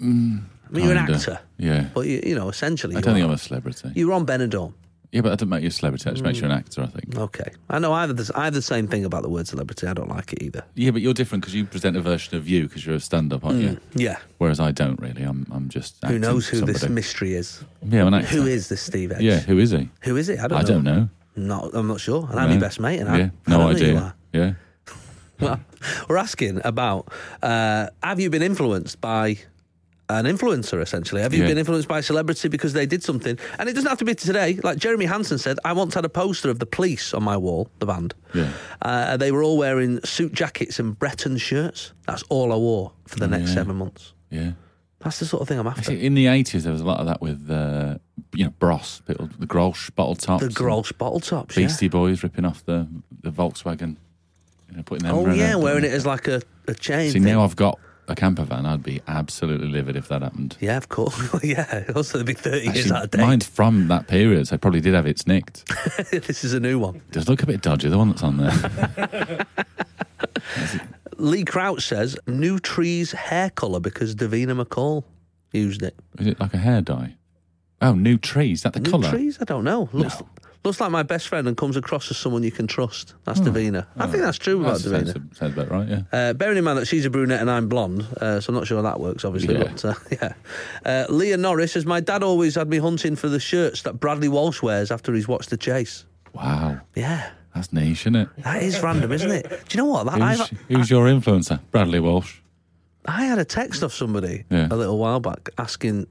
Speaker 3: I mean, you're an
Speaker 4: Mm. Kinda.
Speaker 3: actor.
Speaker 4: uh, Yeah.
Speaker 3: But, you, you know, essentially,
Speaker 4: I
Speaker 3: you Mm.
Speaker 4: don't think
Speaker 3: are.
Speaker 4: I'm a celebrity.
Speaker 3: you're on Benidorm.
Speaker 4: Yeah, but that doesn't make you a celebrity. That just makes you an actor, I think.
Speaker 3: Okay. I know I have, this, I have the same thing about the word celebrity. I don't like it either.
Speaker 4: Yeah, but you're different because you present a version of you because you're a stand-up, aren't you?
Speaker 3: Yeah.
Speaker 4: Whereas I don't really. I'm, I'm just.
Speaker 3: Mm. Who
Speaker 4: Acting
Speaker 3: knows who
Speaker 4: somebody.
Speaker 3: this mystery is?
Speaker 4: Yeah, I'm an actor.
Speaker 3: Who is this Steve Edge?
Speaker 4: Yeah, who is he?
Speaker 3: Who is it? I don't
Speaker 4: I
Speaker 3: know.
Speaker 4: don't know.
Speaker 3: Not, I'm not sure. And I'm your
Speaker 4: No.
Speaker 3: best mate. And I,
Speaker 4: yeah,
Speaker 3: I don't
Speaker 4: no
Speaker 3: know who you
Speaker 4: idea.
Speaker 3: are.
Speaker 4: Yeah.
Speaker 3: Well, we're asking about uh, have you been influenced by an influencer essentially have you
Speaker 4: Yeah.
Speaker 3: been influenced by a celebrity because they did something and it doesn't have to be today like jeremy hansen said i once had a poster of the police on my wall the band
Speaker 4: Yeah.
Speaker 3: uh, they were all wearing suit jackets and breton shirts that's all i wore for the next
Speaker 4: Yeah.
Speaker 3: seven months
Speaker 4: Yeah.
Speaker 3: that's the sort of thing i'm after
Speaker 4: See, in the 80s, there was a lot of that with, uh, you know, Bros, people- the Grolsch bottle tops.
Speaker 3: the
Speaker 4: and
Speaker 3: Grolsch bottle tops
Speaker 4: Beastie
Speaker 3: yeah.
Speaker 4: Boys ripping off the, the Volkswagen. You know, putting them
Speaker 3: oh
Speaker 4: around,
Speaker 3: yeah
Speaker 4: didn't
Speaker 3: wearing
Speaker 4: they?
Speaker 3: it as like a, a chain
Speaker 4: See,
Speaker 3: thing.
Speaker 4: now I've got a camper van. I'd be absolutely livid if that happened.
Speaker 3: yeah of course yeah also it'd be 30 years out of
Speaker 4: Actually,
Speaker 3: date
Speaker 4: mine's from that period, so I probably did have it nicked.
Speaker 3: this is a new one
Speaker 4: It does look a bit dodgy, the one that's on there.
Speaker 3: Lee Crouch says new trees hair colour because Davina McCall used it.
Speaker 4: Is it like a hair dye? Oh, new trees. Is that the
Speaker 3: New
Speaker 4: colour?
Speaker 3: trees? I don't know. Looks
Speaker 4: No.
Speaker 3: looks like my best friend and comes across as someone you can trust. That's
Speaker 4: Hmm.
Speaker 3: Davina. I think that's true about
Speaker 4: That sounds,
Speaker 3: Davina.
Speaker 4: sounds about right, yeah.
Speaker 3: Uh, bearing in mind that she's a brunette and I'm blonde, uh, so I'm not sure that works, obviously.
Speaker 4: Yeah.
Speaker 3: But uh, yeah, uh, Leah Norris says my dad always had me hunting for the shirts that Bradley Walsh wears after he's watched the chase.
Speaker 4: Wow.
Speaker 3: Yeah,
Speaker 4: That's niche, isn't it?
Speaker 3: that is random, isn't it? Do you know what? That,
Speaker 4: Who's,
Speaker 3: I've,
Speaker 4: who's your influencer? Bradley Walsh.
Speaker 3: I had a text off somebody
Speaker 4: Yeah.
Speaker 3: a little while back asking,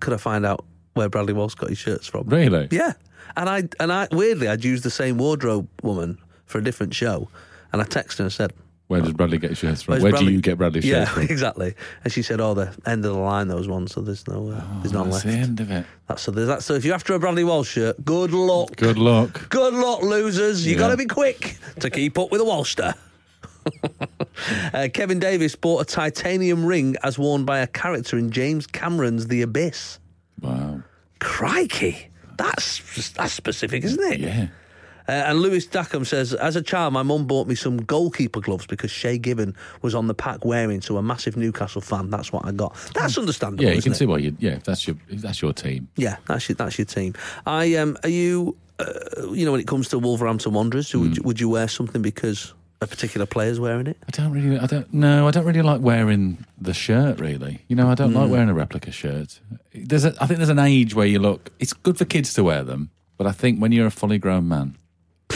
Speaker 3: could I find out where Bradley Walsh got his shirts from?
Speaker 4: Really?
Speaker 3: Yeah, and I and I weirdly I'd used the same wardrobe woman for a different show, and I texted her and said,
Speaker 4: Where does Bradley get his shirts from?
Speaker 3: "Where's
Speaker 4: Where
Speaker 3: Bradley?"
Speaker 4: do you get Bradley's
Speaker 3: Yeah,
Speaker 4: shirts from?
Speaker 3: exactly. And she said, "Oh, the end of the line, those ones. So there's no, uh, there's none
Speaker 4: That's
Speaker 3: left.
Speaker 4: the end of it.
Speaker 3: That's so there's that. So if you're after a Bradley Walsh shirt, good luck.
Speaker 4: Good luck.
Speaker 3: Good luck, losers. you
Speaker 4: Yeah.
Speaker 3: got to be quick to keep up with a Walster. uh, Kevin Davis bought a titanium ring as worn by a character in James Cameron's The Abyss.
Speaker 4: Wow.
Speaker 3: Crikey. That's that's specific, isn't it?
Speaker 4: Yeah.
Speaker 3: Uh, and Lewis Dackham says, as a child, my mum bought me some goalkeeper gloves because Shay Given was on the pack wearing, so a massive Newcastle fan. That's what I got. That's understandable.
Speaker 4: Hmm. Yeah, you
Speaker 3: isn't
Speaker 4: can
Speaker 3: it?
Speaker 4: see why you. Yeah, that's your that's your team.
Speaker 3: Yeah, that's your, that's your team. I um, are you, uh, you know, when it comes to Wolverhampton Wanderers, who would, you, would you wear something because a particular player's wearing it?
Speaker 4: I don't really. I don't. No, I don't really like wearing the shirt. Really, you know, I don't
Speaker 3: Mm.
Speaker 4: like wearing a replica shirt. There's, a, I think, there's an age where you look. It's good for kids to wear them, but I think when you're a fully grown man,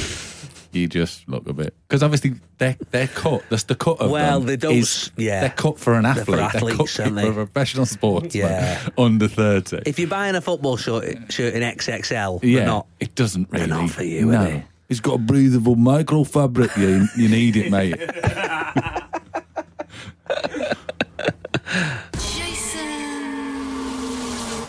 Speaker 4: you just look a bit because obviously they're they're cut. That's the cut of
Speaker 3: Well,
Speaker 4: them
Speaker 3: they don't
Speaker 4: is-
Speaker 3: s- yeah.
Speaker 4: they're cut for an
Speaker 3: for
Speaker 4: athlete. They're, cut
Speaker 3: athletes,
Speaker 4: for
Speaker 3: aren't they?
Speaker 4: a professional sportsman
Speaker 3: Yeah.
Speaker 4: under thirty.
Speaker 3: If you're buying a football shirt, shirt in XXL, they're
Speaker 4: yeah,
Speaker 3: not.
Speaker 4: it doesn't really.
Speaker 3: not for you, are
Speaker 4: no.
Speaker 3: they?
Speaker 4: It's got a breathable micro fabric. You, you need it, mate.
Speaker 1: Jason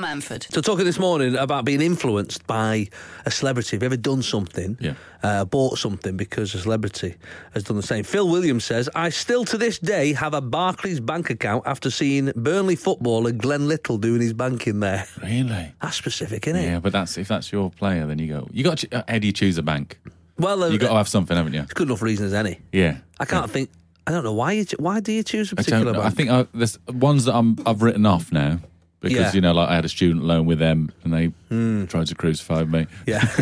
Speaker 1: Manford.
Speaker 3: So talking this morning about being influenced by a celebrity. Have you ever done something?
Speaker 4: Yeah.
Speaker 3: Uh, bought something because a celebrity has done the same. Phil Williams says, I still to this day have a Barclays bank account after seeing Burnley footballer Glenn Little doing his banking there.
Speaker 4: Really.
Speaker 3: That's specific, isn't it?
Speaker 4: Yeah, but that's if that's your player, then you go. You got to, how do you choose a bank?
Speaker 3: Well, uh,
Speaker 4: You got to have something, haven't you?
Speaker 3: it's good enough reason as any.
Speaker 4: Yeah.
Speaker 3: I can't think. I don't know why you. ch- Why do you choose a
Speaker 4: I don't.
Speaker 3: particular
Speaker 4: know.
Speaker 3: bank?
Speaker 4: I think I, there's ones that I'm I've written off now because
Speaker 3: Yeah. Hmm.
Speaker 4: you know, like I had a student loan with them, and they tried to crucify me.
Speaker 3: Yeah.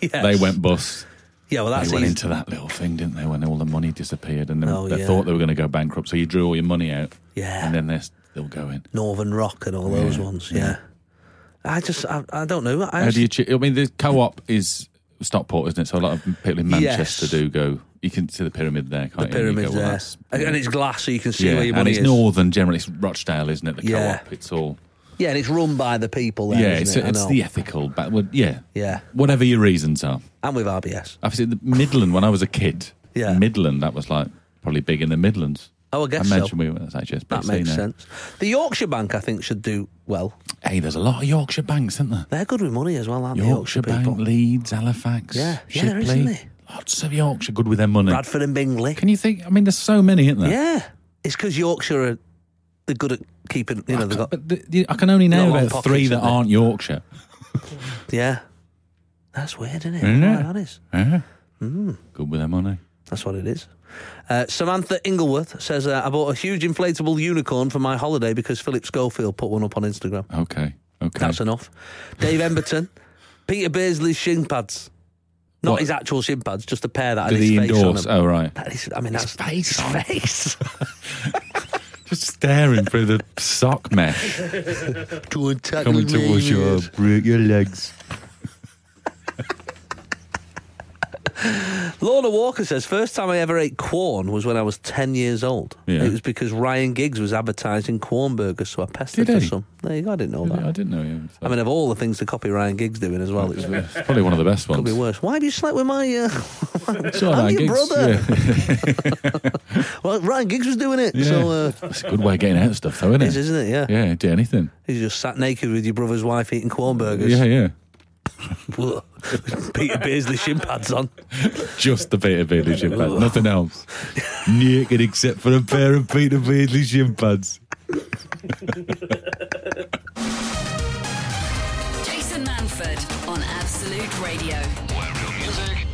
Speaker 3: Yes.
Speaker 4: They went bust.
Speaker 3: Yeah, well, that's
Speaker 4: they went
Speaker 3: easy.
Speaker 4: into that little thing, didn't they? When all the money disappeared, and then
Speaker 3: Oh,
Speaker 4: they
Speaker 3: yeah.
Speaker 4: thought they were going to go bankrupt. So you drew all your money out.
Speaker 3: Yeah.
Speaker 4: And then they're still going.
Speaker 3: Northern Rock and all those ones. Yeah. I just. I, I don't know. I
Speaker 4: How
Speaker 3: just,
Speaker 4: do you? Cho- I mean, the co-op is Stockport, isn't it? So a lot of people in
Speaker 3: Yes.
Speaker 4: Manchester do go. You can see the pyramid there, can't you? And you
Speaker 3: pyramids
Speaker 4: go, well,
Speaker 3: there,
Speaker 4: that's-
Speaker 3: and, and it's glass, so you can see where your
Speaker 4: and
Speaker 3: money
Speaker 4: it's
Speaker 3: is.
Speaker 4: northern generally. It's Rochdale, isn't it? The
Speaker 3: Yeah.
Speaker 4: co-op. It's all.
Speaker 3: Yeah, and it's run by the people. There,
Speaker 4: yeah,
Speaker 3: isn't
Speaker 4: it's,
Speaker 3: it? I
Speaker 4: it's
Speaker 3: know.
Speaker 4: the ethical. But well, yeah,
Speaker 3: Yeah.
Speaker 4: Whatever your reasons are,
Speaker 3: and with RBS.
Speaker 4: obviously the Midland. When I was a kid,
Speaker 3: Yeah.
Speaker 4: Midland that was like probably big in the Midlands.
Speaker 3: Oh, I guess
Speaker 4: I mentioned
Speaker 3: so.
Speaker 4: we were that's HSBC.
Speaker 3: That makes
Speaker 4: now.
Speaker 3: sense. The Yorkshire Bank, I think, should do well.
Speaker 4: Hey, there's a lot of Yorkshire banks, isn't there?
Speaker 3: They're good with money as well, aren't they?
Speaker 4: Yorkshire,
Speaker 3: Yorkshire
Speaker 4: Bank,
Speaker 3: people.
Speaker 4: Leeds, Halifax,
Speaker 3: Yeah. Yeah,
Speaker 4: Shipley.
Speaker 3: there is, isn't there?
Speaker 4: Lots of Yorkshire good with their money.
Speaker 3: Bradford and Bingley.
Speaker 4: Can you think? I mean, there's so many, isn't there?
Speaker 3: Yeah, it's because Yorkshire are they're good at keeping. You know, they've got
Speaker 4: But the, the- I can only name
Speaker 3: Got long
Speaker 4: about
Speaker 3: pockets,
Speaker 4: three that
Speaker 3: haven't they?
Speaker 4: aren't Yorkshire.
Speaker 3: yeah. That's weird, isn't it?
Speaker 4: Isn't
Speaker 3: Why
Speaker 4: it?
Speaker 3: that is.
Speaker 4: Yeah. Eh?
Speaker 3: Hmm.
Speaker 4: Good with their money.
Speaker 3: That's what it is. Uh, Samantha Ingleworth says, uh, "I bought a huge inflatable unicorn for my holiday because Philip Schofield put one up on Instagram.
Speaker 4: Okay. Okay.
Speaker 3: That's enough." Dave Emberton, Peter Beardsley's shin pads, not
Speaker 4: What?
Speaker 3: his actual shin pads, just a pair that had
Speaker 4: Did
Speaker 3: his
Speaker 4: he
Speaker 3: face
Speaker 4: endorse?
Speaker 3: on them.
Speaker 4: Oh, right.
Speaker 3: That is, I mean, that's
Speaker 4: face on it.
Speaker 3: face.
Speaker 4: Just staring through the sock mesh
Speaker 3: to attack
Speaker 4: coming towards your, your legs.
Speaker 3: Lorna Walker says, first time I ever ate corn was when I was 10 years old.
Speaker 4: Yeah.
Speaker 3: It was because Ryan Giggs was advertising corn burgers, so I pestered
Speaker 4: Did
Speaker 3: for
Speaker 4: he?
Speaker 3: some. There you go, I didn't know
Speaker 4: I
Speaker 3: that.
Speaker 4: didn't know him.
Speaker 3: I mean, of all the things to copy Ryan Giggs doing as well, it's, it
Speaker 4: it's probably one of the best
Speaker 3: could
Speaker 4: ones.
Speaker 3: be worse. Why have you slept with my... Uh...
Speaker 4: It's all
Speaker 3: I'm
Speaker 4: right,
Speaker 3: your
Speaker 4: gigs,
Speaker 3: brother.
Speaker 4: yeah.
Speaker 3: well, Ryan Giggs was doing it,
Speaker 4: Yeah.
Speaker 3: so... Uh...
Speaker 4: That's a good way of getting out of stuff, though, isn't
Speaker 3: It is,
Speaker 4: it?
Speaker 3: isn't it? Yeah.
Speaker 4: Yeah, do anything.
Speaker 3: He's just sat naked with your brother's wife eating corn burgers.
Speaker 4: Yeah, yeah.
Speaker 3: Peter Beardsley shin pads on.
Speaker 4: Just the Peter Beardsley shin pads, nothing else. Naked except for a pair of Peter Beardsley shin pads.
Speaker 1: Jason Manford on Absolute Radio.
Speaker 2: Where real music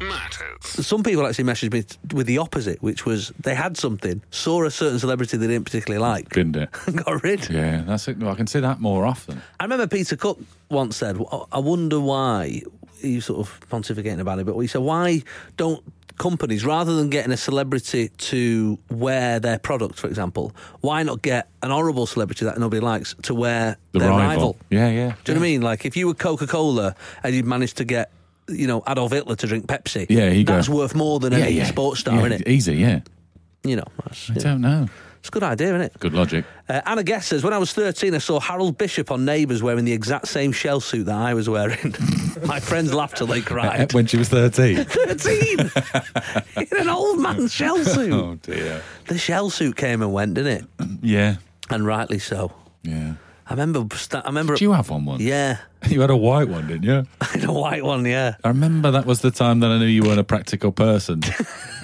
Speaker 2: matters.
Speaker 3: some people actually messaged me t- with the opposite, which was they had something, saw a certain celebrity they didn't particularly like,
Speaker 4: Binned it.
Speaker 3: and got rid.
Speaker 4: Yeah, that's it. No, I can see that more often.
Speaker 3: I remember Peter Cook once said, "I- I wonder why, he was sort of pontificating about it, but he said, why don't companies, rather than getting a celebrity to wear their product, for example, why not get an horrible celebrity that nobody likes to wear
Speaker 4: The
Speaker 3: their
Speaker 4: rival.
Speaker 3: rival?
Speaker 4: Yeah, yeah.
Speaker 3: Do you know what I mean? Like if you were Coca Cola and you'd managed to get, you know, Adolf Hitler to drink Pepsi,
Speaker 4: Yeah, he'd go-
Speaker 3: that's worth more than any sports star,
Speaker 4: yeah,
Speaker 3: isn't it?
Speaker 4: Easy, yeah.
Speaker 3: You know, that's,
Speaker 4: I don't know.
Speaker 3: it's a good idea, isn't it?
Speaker 4: Good logic.
Speaker 3: Uh, Anna Guest says, when I was 13, I saw Harold Bishop on Neighbours wearing the exact same shell suit that I was wearing. My friends laughed till they
Speaker 4: Uh,
Speaker 3: cried.
Speaker 4: When she was 13.
Speaker 3: 13! In an old man's shell suit.
Speaker 4: oh, dear.
Speaker 3: The shell suit came and went, didn't it?
Speaker 4: Yeah,
Speaker 3: And rightly so.
Speaker 4: yeah.
Speaker 3: I remember... St- I remember
Speaker 4: Did you have one once?
Speaker 3: yeah.
Speaker 4: You had a white one, didn't you?
Speaker 3: In a white one, yeah.
Speaker 4: I remember that was the time that I knew you weren't a practical person.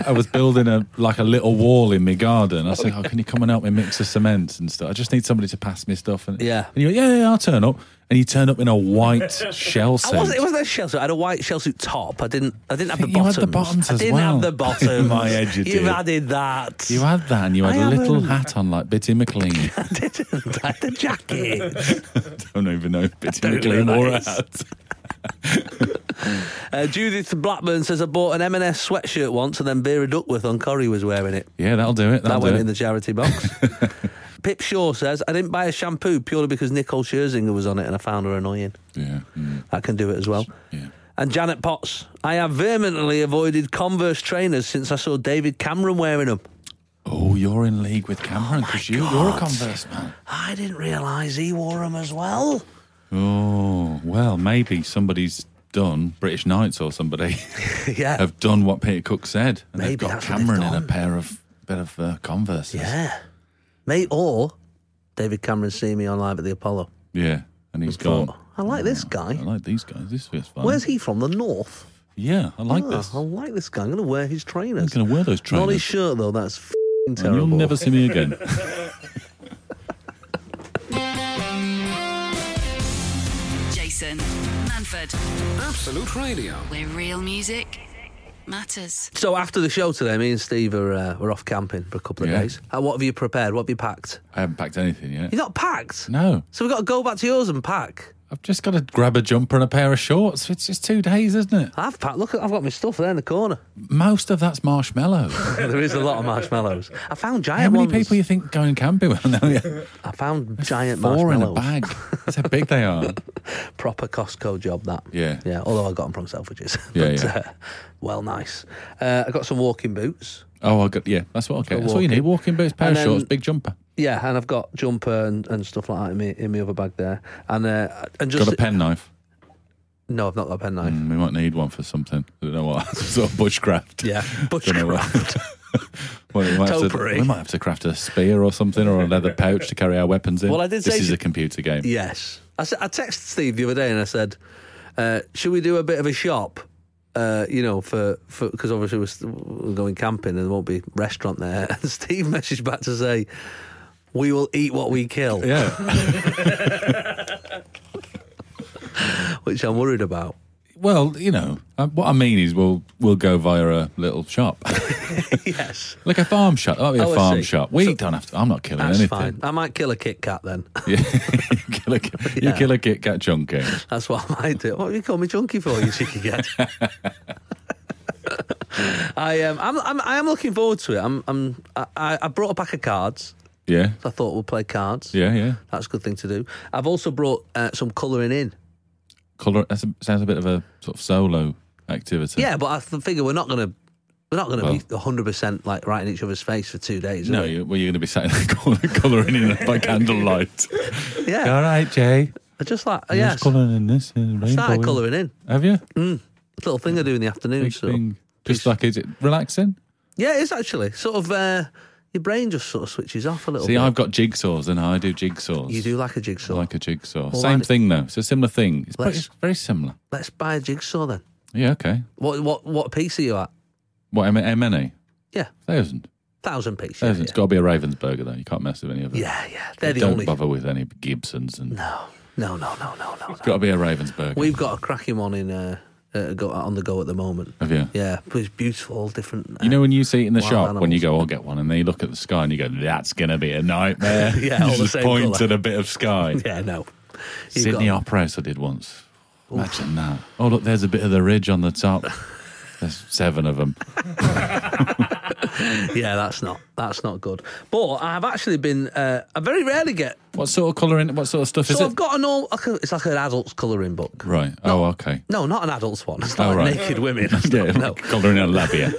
Speaker 4: I was building a like a little wall in my garden. I was like, "Oh, can you come and help me mix the cement and stuff? I just need somebody to pass me stuff." And
Speaker 3: Yeah.
Speaker 4: and you went, "Yeah, yeah, I'll turn up." And you turned up in a white shell suit.
Speaker 3: I wasn't, it wasn't a shell suit. I had a white shell suit top. I didn't. I didn't have the
Speaker 4: think you had
Speaker 3: bottoms.
Speaker 4: the bottoms
Speaker 3: I
Speaker 4: as
Speaker 3: didn't
Speaker 4: well.
Speaker 3: have the bottoms.
Speaker 4: My head you
Speaker 3: You've
Speaker 4: did.
Speaker 3: added that.
Speaker 4: you had that, and you had
Speaker 3: I
Speaker 4: a little
Speaker 3: haven't.
Speaker 4: hat on like Bitty McLean.
Speaker 3: I didn't. I had the jacket.
Speaker 4: don't even know if Bitty
Speaker 3: don't
Speaker 4: McLean
Speaker 3: know who
Speaker 4: wore a
Speaker 3: that is.
Speaker 4: hat.
Speaker 3: Uh, Judith Blackburn says I bought an M&S sweatshirt once, and then Vera Duckworth on Corrie was wearing it.
Speaker 4: Yeah, that'll do it.
Speaker 3: That
Speaker 4: That'll
Speaker 3: went
Speaker 4: do
Speaker 3: in
Speaker 4: it.
Speaker 3: the charity box. Pip Shaw says I didn't buy a shampoo purely because Nicole Scherzinger was on it, and I found her annoying.
Speaker 4: yeah, mm,
Speaker 3: That can do it as well.
Speaker 4: yeah.
Speaker 3: And Janet Potts, I have vehemently avoided Converse trainers since I saw David Cameron wearing them.
Speaker 4: Oh, you're in league with Cameron because you, you're a
Speaker 3: God.
Speaker 4: Converse man.
Speaker 3: I didn't realise he wore them as well.
Speaker 4: Oh, well, maybe somebody's done, British Knights or somebody,
Speaker 3: yeah.
Speaker 4: have done what Peter Cook said. And
Speaker 3: Maybe
Speaker 4: they've got
Speaker 3: that's what they've
Speaker 4: Cameron in a
Speaker 3: done.
Speaker 4: pair of bit of uh, Converse.
Speaker 3: Yeah. Mate, or David Cameron's seen me on live at the Apollo.
Speaker 4: Yeah. And he's gone.
Speaker 3: Thought, I like this guy.
Speaker 4: I like these guys. This is fun.
Speaker 3: Where's he from? The north.
Speaker 4: Yeah, I like
Speaker 3: Ah,
Speaker 4: this.
Speaker 3: I like this guy. I'm going to wear his trainers.
Speaker 4: I'm going to wear those
Speaker 3: Not his
Speaker 4: trainers.
Speaker 3: shirt though. That's f***ing
Speaker 4: and
Speaker 3: terrible.
Speaker 4: you'll never see me again.
Speaker 1: Jason Manford,
Speaker 2: Absolute Radio.
Speaker 1: where real music matters.
Speaker 3: So after the show today, me and Steve are uh, we're off camping for a couple of
Speaker 4: Yeah.
Speaker 3: days. Uh, what have you prepared? What have you packed?
Speaker 4: I haven't packed anything yet.
Speaker 3: You're not packed.
Speaker 4: No,
Speaker 3: So we've got to go back to yours and pack.
Speaker 4: I've just got to grab a jumper and a pair of shorts. It's just two days, isn't it?
Speaker 3: I've packed. Look, I've got my stuff there in the corner.
Speaker 4: Most of that's marshmallow.
Speaker 3: there is a lot of marshmallows. I found giant
Speaker 4: How many
Speaker 3: ones.
Speaker 4: people you think going camping? Well, no, yeah.
Speaker 3: I found giant
Speaker 4: Four in a
Speaker 3: marshmallows.
Speaker 4: bag. That's how big they are.
Speaker 3: Proper Costco job that.
Speaker 4: Yeah.
Speaker 3: Yeah. Although I got them from Selfridges.
Speaker 4: Yeah,
Speaker 3: but,
Speaker 4: yeah.
Speaker 3: Uh, well, nice. Uh, I got some walking boots.
Speaker 4: Oh, I got yeah. That's what okay.
Speaker 3: For
Speaker 4: That's all you need. Walking boots, pair
Speaker 3: And
Speaker 4: of
Speaker 3: then-
Speaker 4: shorts, big jumper.
Speaker 3: Yeah, and I've got jumper and, and stuff like that in me in my other bag there, and uh, and just
Speaker 4: Got a pen knife.
Speaker 3: no, I've not got a pen knife.
Speaker 4: Mm, we might need one for something. I don't know what. sort of bushcraft.
Speaker 3: Yeah,
Speaker 4: Don't know what. Well, we, might have to,
Speaker 3: Topiary.
Speaker 4: we might have to craft a spear or something or a leather pouch to carry our weapons in.
Speaker 3: Well, I did
Speaker 4: this
Speaker 3: say
Speaker 4: is
Speaker 3: to-
Speaker 4: a computer game.
Speaker 3: Yes. I, s- I texted Steve the other day and I said, uh, should we do a bit of a shop? Uh, you know, for because obviously we're, st- we're going camping and there won't be restaurant there. And Steve messaged back to say, "We will eat what we kill,"
Speaker 4: yeah.
Speaker 3: which I'm worried about.
Speaker 4: Well, you know uh, what I mean is we'll we'll go via a little shop,
Speaker 3: yes,
Speaker 4: like a farm shop. That'll be a
Speaker 3: Oh, I
Speaker 4: farm
Speaker 3: see.
Speaker 4: shop. We
Speaker 3: So-
Speaker 4: don't have to. I'm not killing
Speaker 3: that's fine.
Speaker 4: anything.
Speaker 3: I might kill a Kit Kat then.
Speaker 4: Yeah. you kill a, you
Speaker 3: Yeah.
Speaker 4: kill a Kit Kat chunky.
Speaker 3: That's what I might do. What you call me junkie for, you cheeky cat? I am. I'm, I'm. I am looking forward to it. I'm. I'm. I- I, I brought a pack of cards.
Speaker 4: Yeah,
Speaker 3: I thought we'll play cards.
Speaker 4: yeah, yeah.
Speaker 3: That's a good thing to do. I've also brought uh, some colouring in.
Speaker 4: Color. That sounds a bit of a sort of solo activity.
Speaker 3: Yeah, but I f- figure we're not going to we're not going to be
Speaker 4: Well-
Speaker 3: hundred percent like right in each other's face for two days. are
Speaker 4: No,
Speaker 3: we?
Speaker 4: you, well, you're going to be sat in the corner colouring in by candlelight.
Speaker 3: yeah,
Speaker 4: All right, Jay.
Speaker 3: I just like
Speaker 4: Who's
Speaker 3: yeah,
Speaker 4: colouring in this? uh, rainbow,
Speaker 3: started
Speaker 4: isn't it?
Speaker 3: colouring in.
Speaker 4: Have you?
Speaker 3: Little thing I do in the afternoon.
Speaker 4: Big
Speaker 3: So
Speaker 4: thing. Just like, is it relaxing?
Speaker 3: yeah, it is actually sort of uh, your brain just sort of switches off a little.
Speaker 4: See,
Speaker 3: bit.
Speaker 4: I've got jigsaws and I do jigsaws.
Speaker 3: Oh, you do like a
Speaker 4: I
Speaker 3: jigsaw.
Speaker 4: like a jigsaw.
Speaker 3: Well,
Speaker 4: Same
Speaker 3: why-
Speaker 4: thing, though. It's a similar thing. It's, pretty,
Speaker 3: Let's-
Speaker 4: it's very similar.
Speaker 3: Let's buy a jigsaw then.
Speaker 4: Yeah, okay.
Speaker 3: What what what piece are you at?
Speaker 4: What, M- MNA?
Speaker 3: Yeah,
Speaker 4: Thousand.
Speaker 3: thousand piece. Yeah,
Speaker 4: Thousand.
Speaker 3: yeah.
Speaker 4: It's got to be a Ravensburger, though. You can't mess with any of it.
Speaker 3: yeah, yeah. They're the
Speaker 4: Don't
Speaker 3: only.
Speaker 4: bother with any Gibsons. and
Speaker 3: No, no, no, no, no, no.
Speaker 4: It's got to be a Ravensburger.
Speaker 3: We've got a cracking one in uh, uh, uh, go, on the go at the moment.
Speaker 4: Have you?
Speaker 3: Yeah, but it's beautiful, different. uh,
Speaker 4: You know when you see it in the
Speaker 3: Wild
Speaker 4: shop when you
Speaker 3: animals.
Speaker 4: go, I'll get one, and they look at the sky and you go, that's gonna be a nightmare.
Speaker 3: Yeah, all
Speaker 4: you
Speaker 3: the
Speaker 4: just
Speaker 3: same
Speaker 4: point
Speaker 3: colour.
Speaker 4: at a bit of sky.
Speaker 3: yeah, no. You've
Speaker 4: Sydney
Speaker 3: got-
Speaker 4: Opera House I did once. Imagine that. Oh look, there's a bit of the ridge on the top. There's seven of them.
Speaker 3: yeah, that's not that's not good. But I've actually been. Uh, I very rarely get.
Speaker 4: What sort of colouring? What sort of stuff is
Speaker 3: so
Speaker 4: it?
Speaker 3: I've got an all. like a- It's like an adults colouring book.
Speaker 4: right. Oh, okay.
Speaker 3: No, not an adults one. It's not
Speaker 4: Oh,
Speaker 3: like
Speaker 4: right.
Speaker 3: naked women. It's
Speaker 4: Yeah,
Speaker 3: not- no,
Speaker 4: colouring a labia.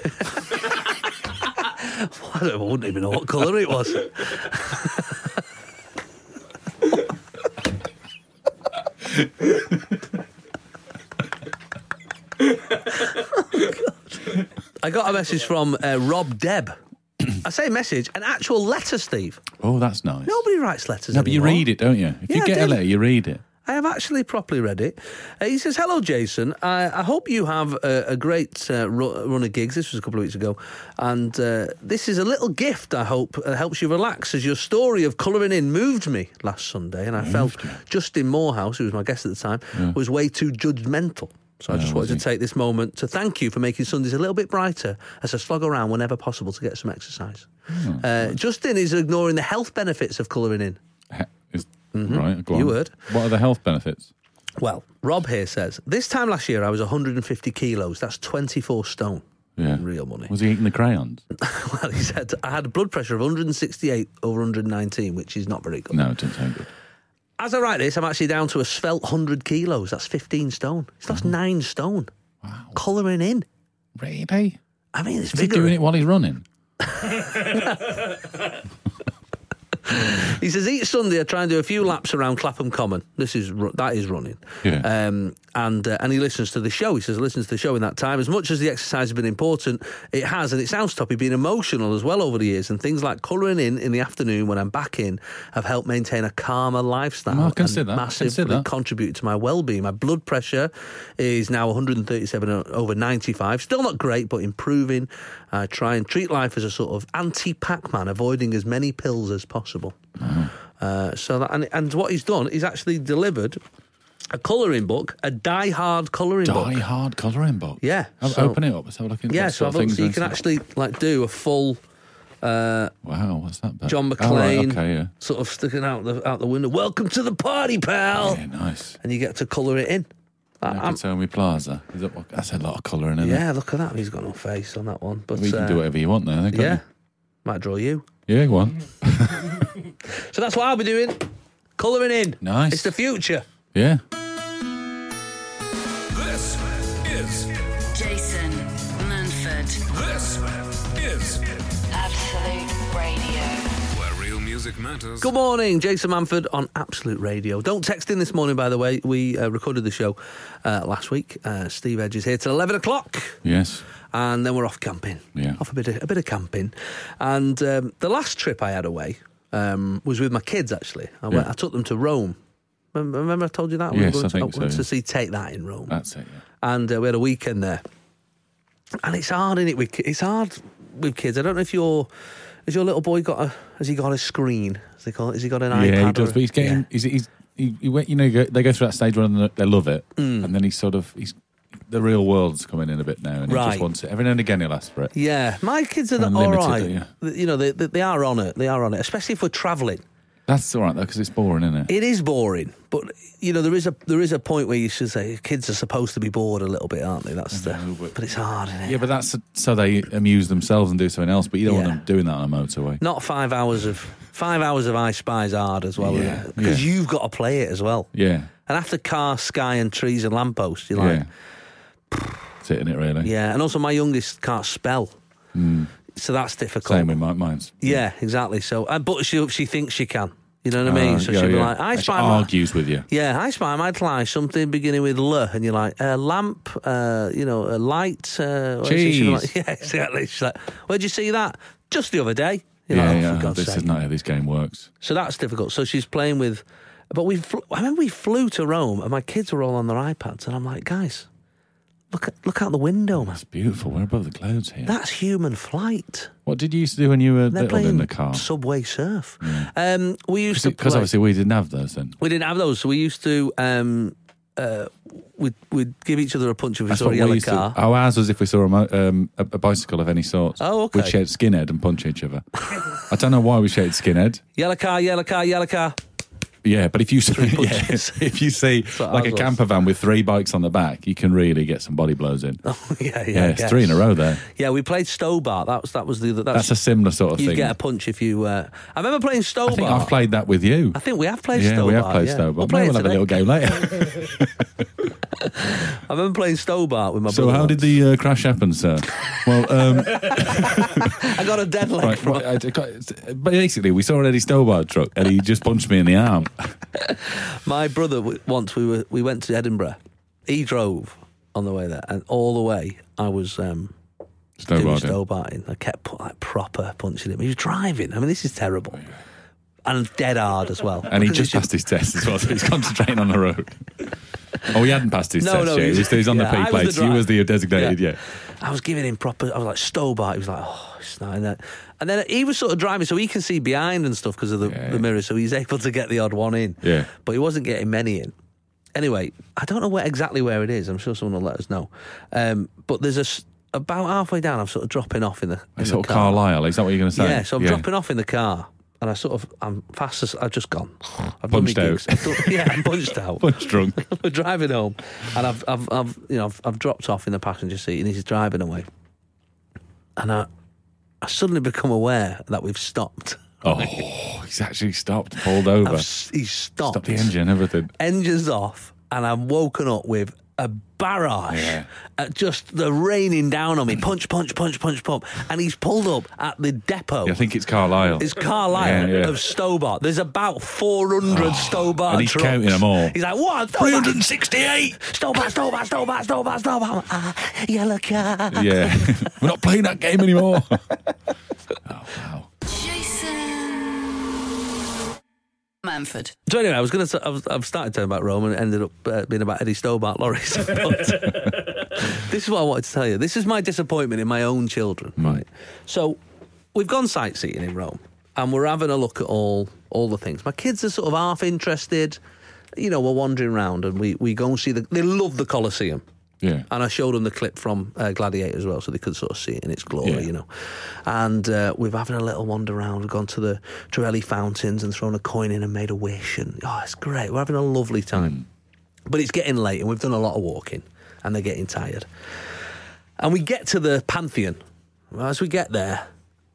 Speaker 3: I, don't, I wouldn't even know what colour it was. I got a message from uh, Rob Deb. I say message, an actual letter, Steve.
Speaker 4: Oh, that's nice.
Speaker 3: Nobody writes letters
Speaker 4: no, but you
Speaker 3: anymore.
Speaker 4: read it, don't you? If
Speaker 3: Yeah,
Speaker 4: you
Speaker 3: I
Speaker 4: get a
Speaker 3: did.
Speaker 4: letter, you read it.
Speaker 3: I have actually properly read it. Uh, he says, "Hello, Jason. I, I hope you have a, a great uh, ru- run of gigs. This was a couple of weeks ago, and uh, this is a little gift. I hope uh, helps you relax, as your story of colouring in moved me last Sunday, and I felt Justin Morehouse, who was my guest at the time, was way too judgmental." So I just wanted to take this moment to thank you for making Sundays a little bit brighter as I slog around whenever possible to get some exercise. uh, Justin is ignoring the health benefits of colouring in.
Speaker 4: He- is- Right, go on.
Speaker 3: Mm-hmm. You would.
Speaker 4: What are the health benefits?
Speaker 3: Well, Rob here says this time last year I was 150 kilos. That's 24 stone.
Speaker 4: Yeah.
Speaker 3: Real money.
Speaker 4: Was he eating the crayons?
Speaker 3: well, he said I had a blood pressure of 168 over 119, which is not very good.
Speaker 4: No, it doesn't sound good.
Speaker 3: As I write this, I'm actually down to a svelte 100 kilos. That's 15 stone. He's lost nine stone. Wow. Colouring in.
Speaker 4: Really?
Speaker 3: I mean, it's
Speaker 4: Is he doing it
Speaker 3: vigorous.
Speaker 4: while he's running?
Speaker 3: He says each Sunday I try and do a few laps around Clapham Common. This is ru- that is running.
Speaker 4: Yeah.
Speaker 3: Um, and uh, and he listens to the show. He says he listens to the show in that time. As much as the exercise has been important, it has, and it sounds toppy, been emotional as well over the years. And things like colouring in in the afternoon when I'm back in have helped maintain a calmer lifestyle.
Speaker 4: Well, I consider that.
Speaker 3: and
Speaker 4: I
Speaker 3: massively
Speaker 4: consider that.
Speaker 3: contributed to my well-being. My blood pressure is now 137 o- uh, over 95. Still not great, but improving. I try and treat life as a sort of anti-Pac-Man, avoiding as many pills as possible. Uh, so that, and, and what he's done, he's actually delivered a colouring book, a die-hard colouring
Speaker 4: Die
Speaker 3: book.
Speaker 4: hard colouring book.
Speaker 3: Yeah,
Speaker 4: Have-
Speaker 3: so-
Speaker 4: open it up. Let's have a look. Into
Speaker 3: Yeah,
Speaker 4: what
Speaker 3: so
Speaker 4: sort
Speaker 3: I've
Speaker 4: of
Speaker 3: looked,
Speaker 4: things
Speaker 3: so you
Speaker 4: are
Speaker 3: can
Speaker 4: in-
Speaker 3: actually like do a full
Speaker 4: Wow, what's that? About?
Speaker 3: John
Speaker 4: Oh, right,
Speaker 3: McClane,
Speaker 4: okay, yeah.
Speaker 3: sort of sticking out the out the window. Welcome to the party, pal!
Speaker 4: Yeah, nice.
Speaker 3: And you get to colour it in. Oh. I- I'm-
Speaker 4: Nakatomi Plaza. Is that what, that's a lot of colouring in it.
Speaker 3: yeah, look at that. He's got no face on that one. But
Speaker 4: We can
Speaker 3: uh,
Speaker 4: do whatever you want there. can't
Speaker 3: Yeah, might draw you.
Speaker 4: we? Yeah, go on.
Speaker 3: So that's what I'll be doing. Colouring in.
Speaker 4: Nice.
Speaker 3: It's the future.
Speaker 4: Yeah.
Speaker 2: This is
Speaker 1: Jason Manford,
Speaker 2: this is
Speaker 1: Absolute Radio.
Speaker 2: where real music matters.
Speaker 3: Good morning, Jason Manford on Absolute Radio. Don't text in this morning, by the way. We uh, recorded the show uh, last week. Uh, Steve Edge is here till eleven o'clock,
Speaker 4: Yes.
Speaker 3: and then we're off camping.
Speaker 4: Yeah.
Speaker 3: off a bit of, a bit of camping. And um, the last trip I had away um, was with my kids. Actually, I, went,
Speaker 4: Yeah.
Speaker 3: I took them to Rome. Remember, remember I told you that
Speaker 4: Yes,
Speaker 3: we were
Speaker 4: I
Speaker 3: going
Speaker 4: think
Speaker 3: to, went
Speaker 4: so,
Speaker 3: to
Speaker 4: yeah.
Speaker 3: see Take That in Rome,
Speaker 4: That's it. Yeah.
Speaker 3: and uh, we had a weekend there. And it's hard, isn't it? With ki- it's hard with kids. I don't know if your has your little boy got a has he got a screen? Has he got has he got an iPad?
Speaker 4: yeah, he does.
Speaker 3: or-
Speaker 4: But he's getting.
Speaker 3: Yeah.
Speaker 4: He's, he's he, he went. You know, go- they go through that stage where they- they love it,
Speaker 3: Mm.
Speaker 4: and then he's sort of he's the real world's coming in a bit now, and he
Speaker 3: Right.
Speaker 4: just wants it. Every now and again, he'll ask for it.
Speaker 3: Yeah, my kids are
Speaker 4: Kinda
Speaker 3: all
Speaker 4: limited,
Speaker 3: right.
Speaker 4: yeah.
Speaker 3: Th- You know, they, they, they are on it. They are on it, especially if we're travelling.
Speaker 4: That's all right though, because it's boring, isn't it?
Speaker 3: It is boring, but you know there is a there is a point where you should say kids are supposed to be bored a little bit, aren't they? That's the
Speaker 4: know,
Speaker 3: but,
Speaker 4: but-
Speaker 3: it's hard, isn't it?
Speaker 4: yeah, but that's so they amuse themselves and do something else. But you don't
Speaker 3: Yeah.
Speaker 4: want them doing that on a motorway.
Speaker 3: Not five hours of five hours of I Spy's hard as well,
Speaker 4: Yeah,
Speaker 3: because
Speaker 4: yeah.
Speaker 3: you've got to play it as well.
Speaker 4: Yeah,
Speaker 3: And after car, sky, and trees and lampposts, you're like,
Speaker 4: yeah. That's it, isn't it? Really.
Speaker 3: Yeah, and also my youngest can't spell, so that's difficult.
Speaker 4: Hmm. Same with my mine's.
Speaker 3: Yeah, exactly. So, uh, but she she thinks she can. You know what I mean?
Speaker 4: Uh,
Speaker 3: so
Speaker 4: yeah,
Speaker 3: she'll be
Speaker 4: yeah.
Speaker 3: like, "I
Speaker 4: She
Speaker 3: spy." my-"
Speaker 4: argues with you.
Speaker 3: Yeah, I spy my lie something beginning with L, and you're like, uh, lamp, uh, you know, a light. Uh, what is it? She'll be like-
Speaker 4: Cheese.
Speaker 3: yeah, exactly. She's like, where'd you see that? Just the other day. You're
Speaker 4: yeah,
Speaker 3: like, oh,
Speaker 4: yeah.
Speaker 3: for God's
Speaker 4: this
Speaker 3: sake.
Speaker 4: is not how this game works.
Speaker 3: So that's difficult. So she's playing with, but we. Fl- I remember we flew to Rome, and my kids were all on their iPads, and I'm like, guys, look at- look out the window, man.
Speaker 4: It's beautiful. We're above the clouds here.
Speaker 3: That's human flight.
Speaker 4: what did you used to do when you were
Speaker 3: They're
Speaker 4: little
Speaker 3: playing
Speaker 4: in the car? Mm.
Speaker 3: Subway surf. Um, we used to
Speaker 4: Because
Speaker 3: play-
Speaker 4: obviously we didn't have those then.
Speaker 3: we didn't have those. So we used to um, uh, we'd, we'd give each other a punch if we
Speaker 4: That's
Speaker 3: saw a
Speaker 4: what we
Speaker 3: yellow
Speaker 4: used to-
Speaker 3: car.
Speaker 4: oh, ours was if we saw a, mo- um, a, a bicycle of any sort.
Speaker 3: Oh, okay.
Speaker 4: We'd shout skinhead and punch each other. I don't know why we shouted skinhead.
Speaker 3: Yellow car, yellow car, yellow car.
Speaker 4: Yeah, but if you see, yeah,
Speaker 3: punches.
Speaker 4: if you see
Speaker 3: what
Speaker 4: like a
Speaker 3: ours was.
Speaker 4: camper van with three bikes on the back, you can really get some body blows in.
Speaker 3: Oh, yeah, yeah,
Speaker 4: yeah, it's three in a row there.
Speaker 3: Yeah, we played Stobart. That was that was the other.
Speaker 4: That's a similar sort of
Speaker 3: you
Speaker 4: thing.
Speaker 3: get a punch if you. Uh, I remember playing Stobart.
Speaker 4: I think I've played that with you.
Speaker 3: I think we have played
Speaker 4: yeah,
Speaker 3: Stobart.
Speaker 4: we have played
Speaker 3: yeah.
Speaker 4: Stobart.
Speaker 3: We'll play
Speaker 4: Maybe
Speaker 3: it
Speaker 4: we'll have a
Speaker 3: today.
Speaker 4: little game later.
Speaker 3: I remember playing Stobart with my
Speaker 4: so,
Speaker 3: brother.
Speaker 4: how did the uh, crash happen, sir? Well, um,
Speaker 3: I got a dead leg
Speaker 4: right,
Speaker 3: from
Speaker 4: well, I- I- basically, we saw an Eddie Stobart truck, and he just punched me in the arm.
Speaker 3: My brother w- once we were we went to Edinburgh. He drove on the way there, and all the way I was um, doing
Speaker 4: Stobart. did.
Speaker 3: Stobarting. I kept pu- like proper punching him. He was driving. I mean, this is terrible, and dead hard as well.
Speaker 4: Oh, And he
Speaker 3: Because
Speaker 4: just
Speaker 3: should-
Speaker 4: passed his test as well, so he's concentrating on the road. Oh, he hadn't passed his
Speaker 3: No,
Speaker 4: test
Speaker 3: no,
Speaker 4: yet.
Speaker 3: he's-
Speaker 4: He's, he's on
Speaker 3: yeah,
Speaker 4: the
Speaker 3: I
Speaker 4: P
Speaker 3: was the
Speaker 4: plates. You
Speaker 3: driver.
Speaker 4: was the designated,
Speaker 3: Yeah.
Speaker 4: yeah.
Speaker 3: I was giving him proper. I was like Stobart. He was like, oh, it's not in that. And then he was sort of driving, so he can see behind and stuff because of the,
Speaker 4: Yeah.
Speaker 3: the mirror, so he's able to get the odd one in.
Speaker 4: Yeah.
Speaker 3: but he wasn't getting many in. Anyway, I don't know where exactly where it is. I'm sure someone will let us know. Um, but there's a s- about halfway down. I'm sort of dropping off in the. in
Speaker 4: It's
Speaker 3: the
Speaker 4: sort of
Speaker 3: car.
Speaker 4: Carlisle. Is that what you're going to say?
Speaker 3: Yeah, so I'm dropping off in the car, and I sort of I'm fast as I've just gone. I've
Speaker 4: Punched
Speaker 3: done my
Speaker 4: out.
Speaker 3: gigs. I've done- yeah, I'm punched out.
Speaker 4: Punch drunk.
Speaker 3: We're driving home, and I've, I've, I've, you know, I've, I've dropped off in the passenger seat, and he's driving away. And I, I suddenly become aware that we've stopped.
Speaker 4: Oh, he's actually stopped, pulled over,
Speaker 3: I've, s- he's stopped.
Speaker 4: stopped the engine, everything.
Speaker 3: Engine's off, and I'm woken up with a barrage,
Speaker 4: Yeah.
Speaker 3: at just the raining down on me. Punch, punch, punch, punch, punch, and he's pulled up at the depot.
Speaker 4: Yeah, I think it's Carlisle.
Speaker 3: It's Carlisle
Speaker 4: Yeah, yeah.
Speaker 3: of Stobart. There's about 400 Stobart
Speaker 4: and he's
Speaker 3: trucks.
Speaker 4: counting 'em all.
Speaker 3: He's like, what? Stobart,
Speaker 4: 368.
Speaker 3: Stobart, Stobart, Stobart, Stobart, Stobart. I'm like, Ah, yellow car.
Speaker 4: Yeah, we're not playing that game anymore. oh wow.
Speaker 1: Jason Manford.
Speaker 3: So anyway, I was going to. I've, I've started talking about Rome and it ended up uh, being about Eddie Stobart lorries. But this is what I wanted to tell you. This is my disappointment in my own children. Right. So we've gone sightseeing in Rome, and we're having a look at all all the things. My kids are sort of half interested. You know, we're wandering around, and we we go and see the. They love the Colosseum.
Speaker 4: Yeah.
Speaker 3: And I showed them the clip from uh, Gladiator as well, so they could sort of see it in its glory,
Speaker 4: Yeah.
Speaker 3: you know. And uh, we've having a little wander around. We've gone to the Torelli fountains and thrown a coin in and made a wish. And oh, it's great. We're having a lovely time. But it's getting late, and we've done a lot of walking, and they're getting tired. And we get to the Pantheon. As we get there,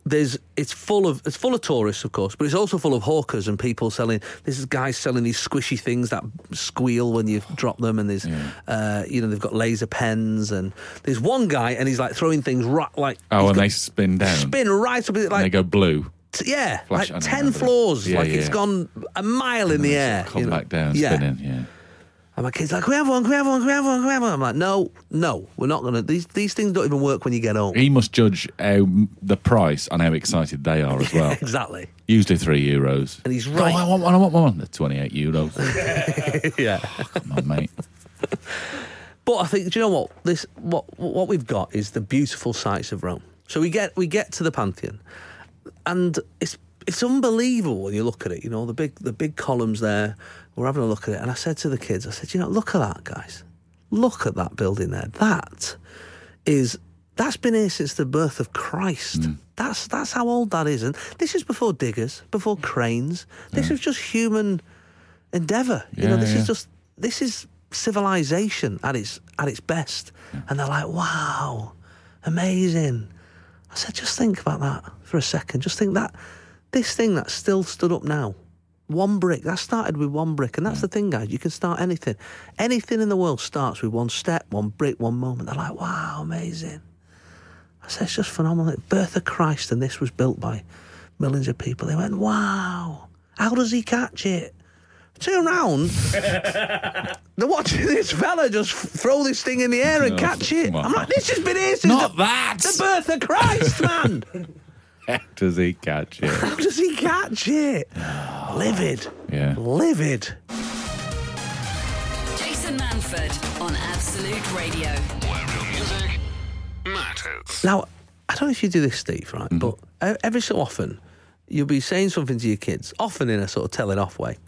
Speaker 3: there's it's full of it's full of tourists, of course, but it's also full of hawkers and people selling. This is guys selling these squishy things that squeal when you drop them, and there's uh, you know they've got laser pens, and there's one guy and he's like throwing things right like
Speaker 4: Oh,
Speaker 3: he's
Speaker 4: and
Speaker 3: got-
Speaker 4: they spin down.
Speaker 3: spin right up,
Speaker 4: And they
Speaker 3: like
Speaker 4: go blue.
Speaker 3: t- yeah,
Speaker 4: Flash, I
Speaker 3: like
Speaker 4: don't
Speaker 3: ten
Speaker 4: remember that.
Speaker 3: floors,
Speaker 4: Yeah,
Speaker 3: like it's
Speaker 4: yeah.
Speaker 3: gone a mile in the air.
Speaker 4: Come
Speaker 3: you know.
Speaker 4: back down,
Speaker 3: yeah.
Speaker 4: spinning. Yeah.
Speaker 3: And my kid's like, can we have one, can we have one, can we have one, can we have one? I'm like, no, no, we're not gonna. These these things don't even work when you get home.
Speaker 4: He must judge how, the price and how excited they are as well.
Speaker 3: exactly.
Speaker 4: Usually three euros.
Speaker 3: And he's
Speaker 4: Oh,
Speaker 3: right.
Speaker 4: I want one. I want one. They're twenty-eight euros.
Speaker 3: yeah.
Speaker 4: Come on, mate.
Speaker 3: But I think do you know what this what what we've got is the beautiful sights of Rome. So we get we get to the Pantheon, and it's it's unbelievable when you look at it. You know the big the big columns there. We're having a look at it, and I said to the kids, I said, you know, look at that, guys, look at that building there. That is that's been here since the birth of Christ.
Speaker 4: Hmm.
Speaker 3: That's that's how old that is, and this is before diggers, before cranes. This is just human endeavor. You know,
Speaker 4: Yeah,
Speaker 3: this
Speaker 4: yeah.
Speaker 3: is just this is civilization at its at its best. And they're like, wow, amazing. I said, just think about that for a second. Just think that this thing that's still stood up now. One brick. That started with one brick. And that's the thing, guys. You can start anything. Anything in the world starts with one step, one brick, one moment. They're like, wow, amazing. I said, it's just phenomenal. Birth of Christ, and this was built by millions of people. They went, wow, how does he catch it? Turn round. They're watching this fella just f- throw this thing in the air and
Speaker 4: Oh,
Speaker 3: catch it.
Speaker 4: come on.
Speaker 3: I'm like, this has been here since
Speaker 4: Not
Speaker 3: the,
Speaker 4: that.
Speaker 3: the birth of Christ, man.
Speaker 4: Does he catch it?
Speaker 3: how does he catch it? Livid.
Speaker 4: Yeah.
Speaker 3: Livid.
Speaker 1: Jason Manford on Absolute Radio.
Speaker 2: Where real music matters.
Speaker 3: Now, I don't know if you do this, Steve, right? But uh, every so often, you'll be saying something to your kids, often in a sort of telling off way,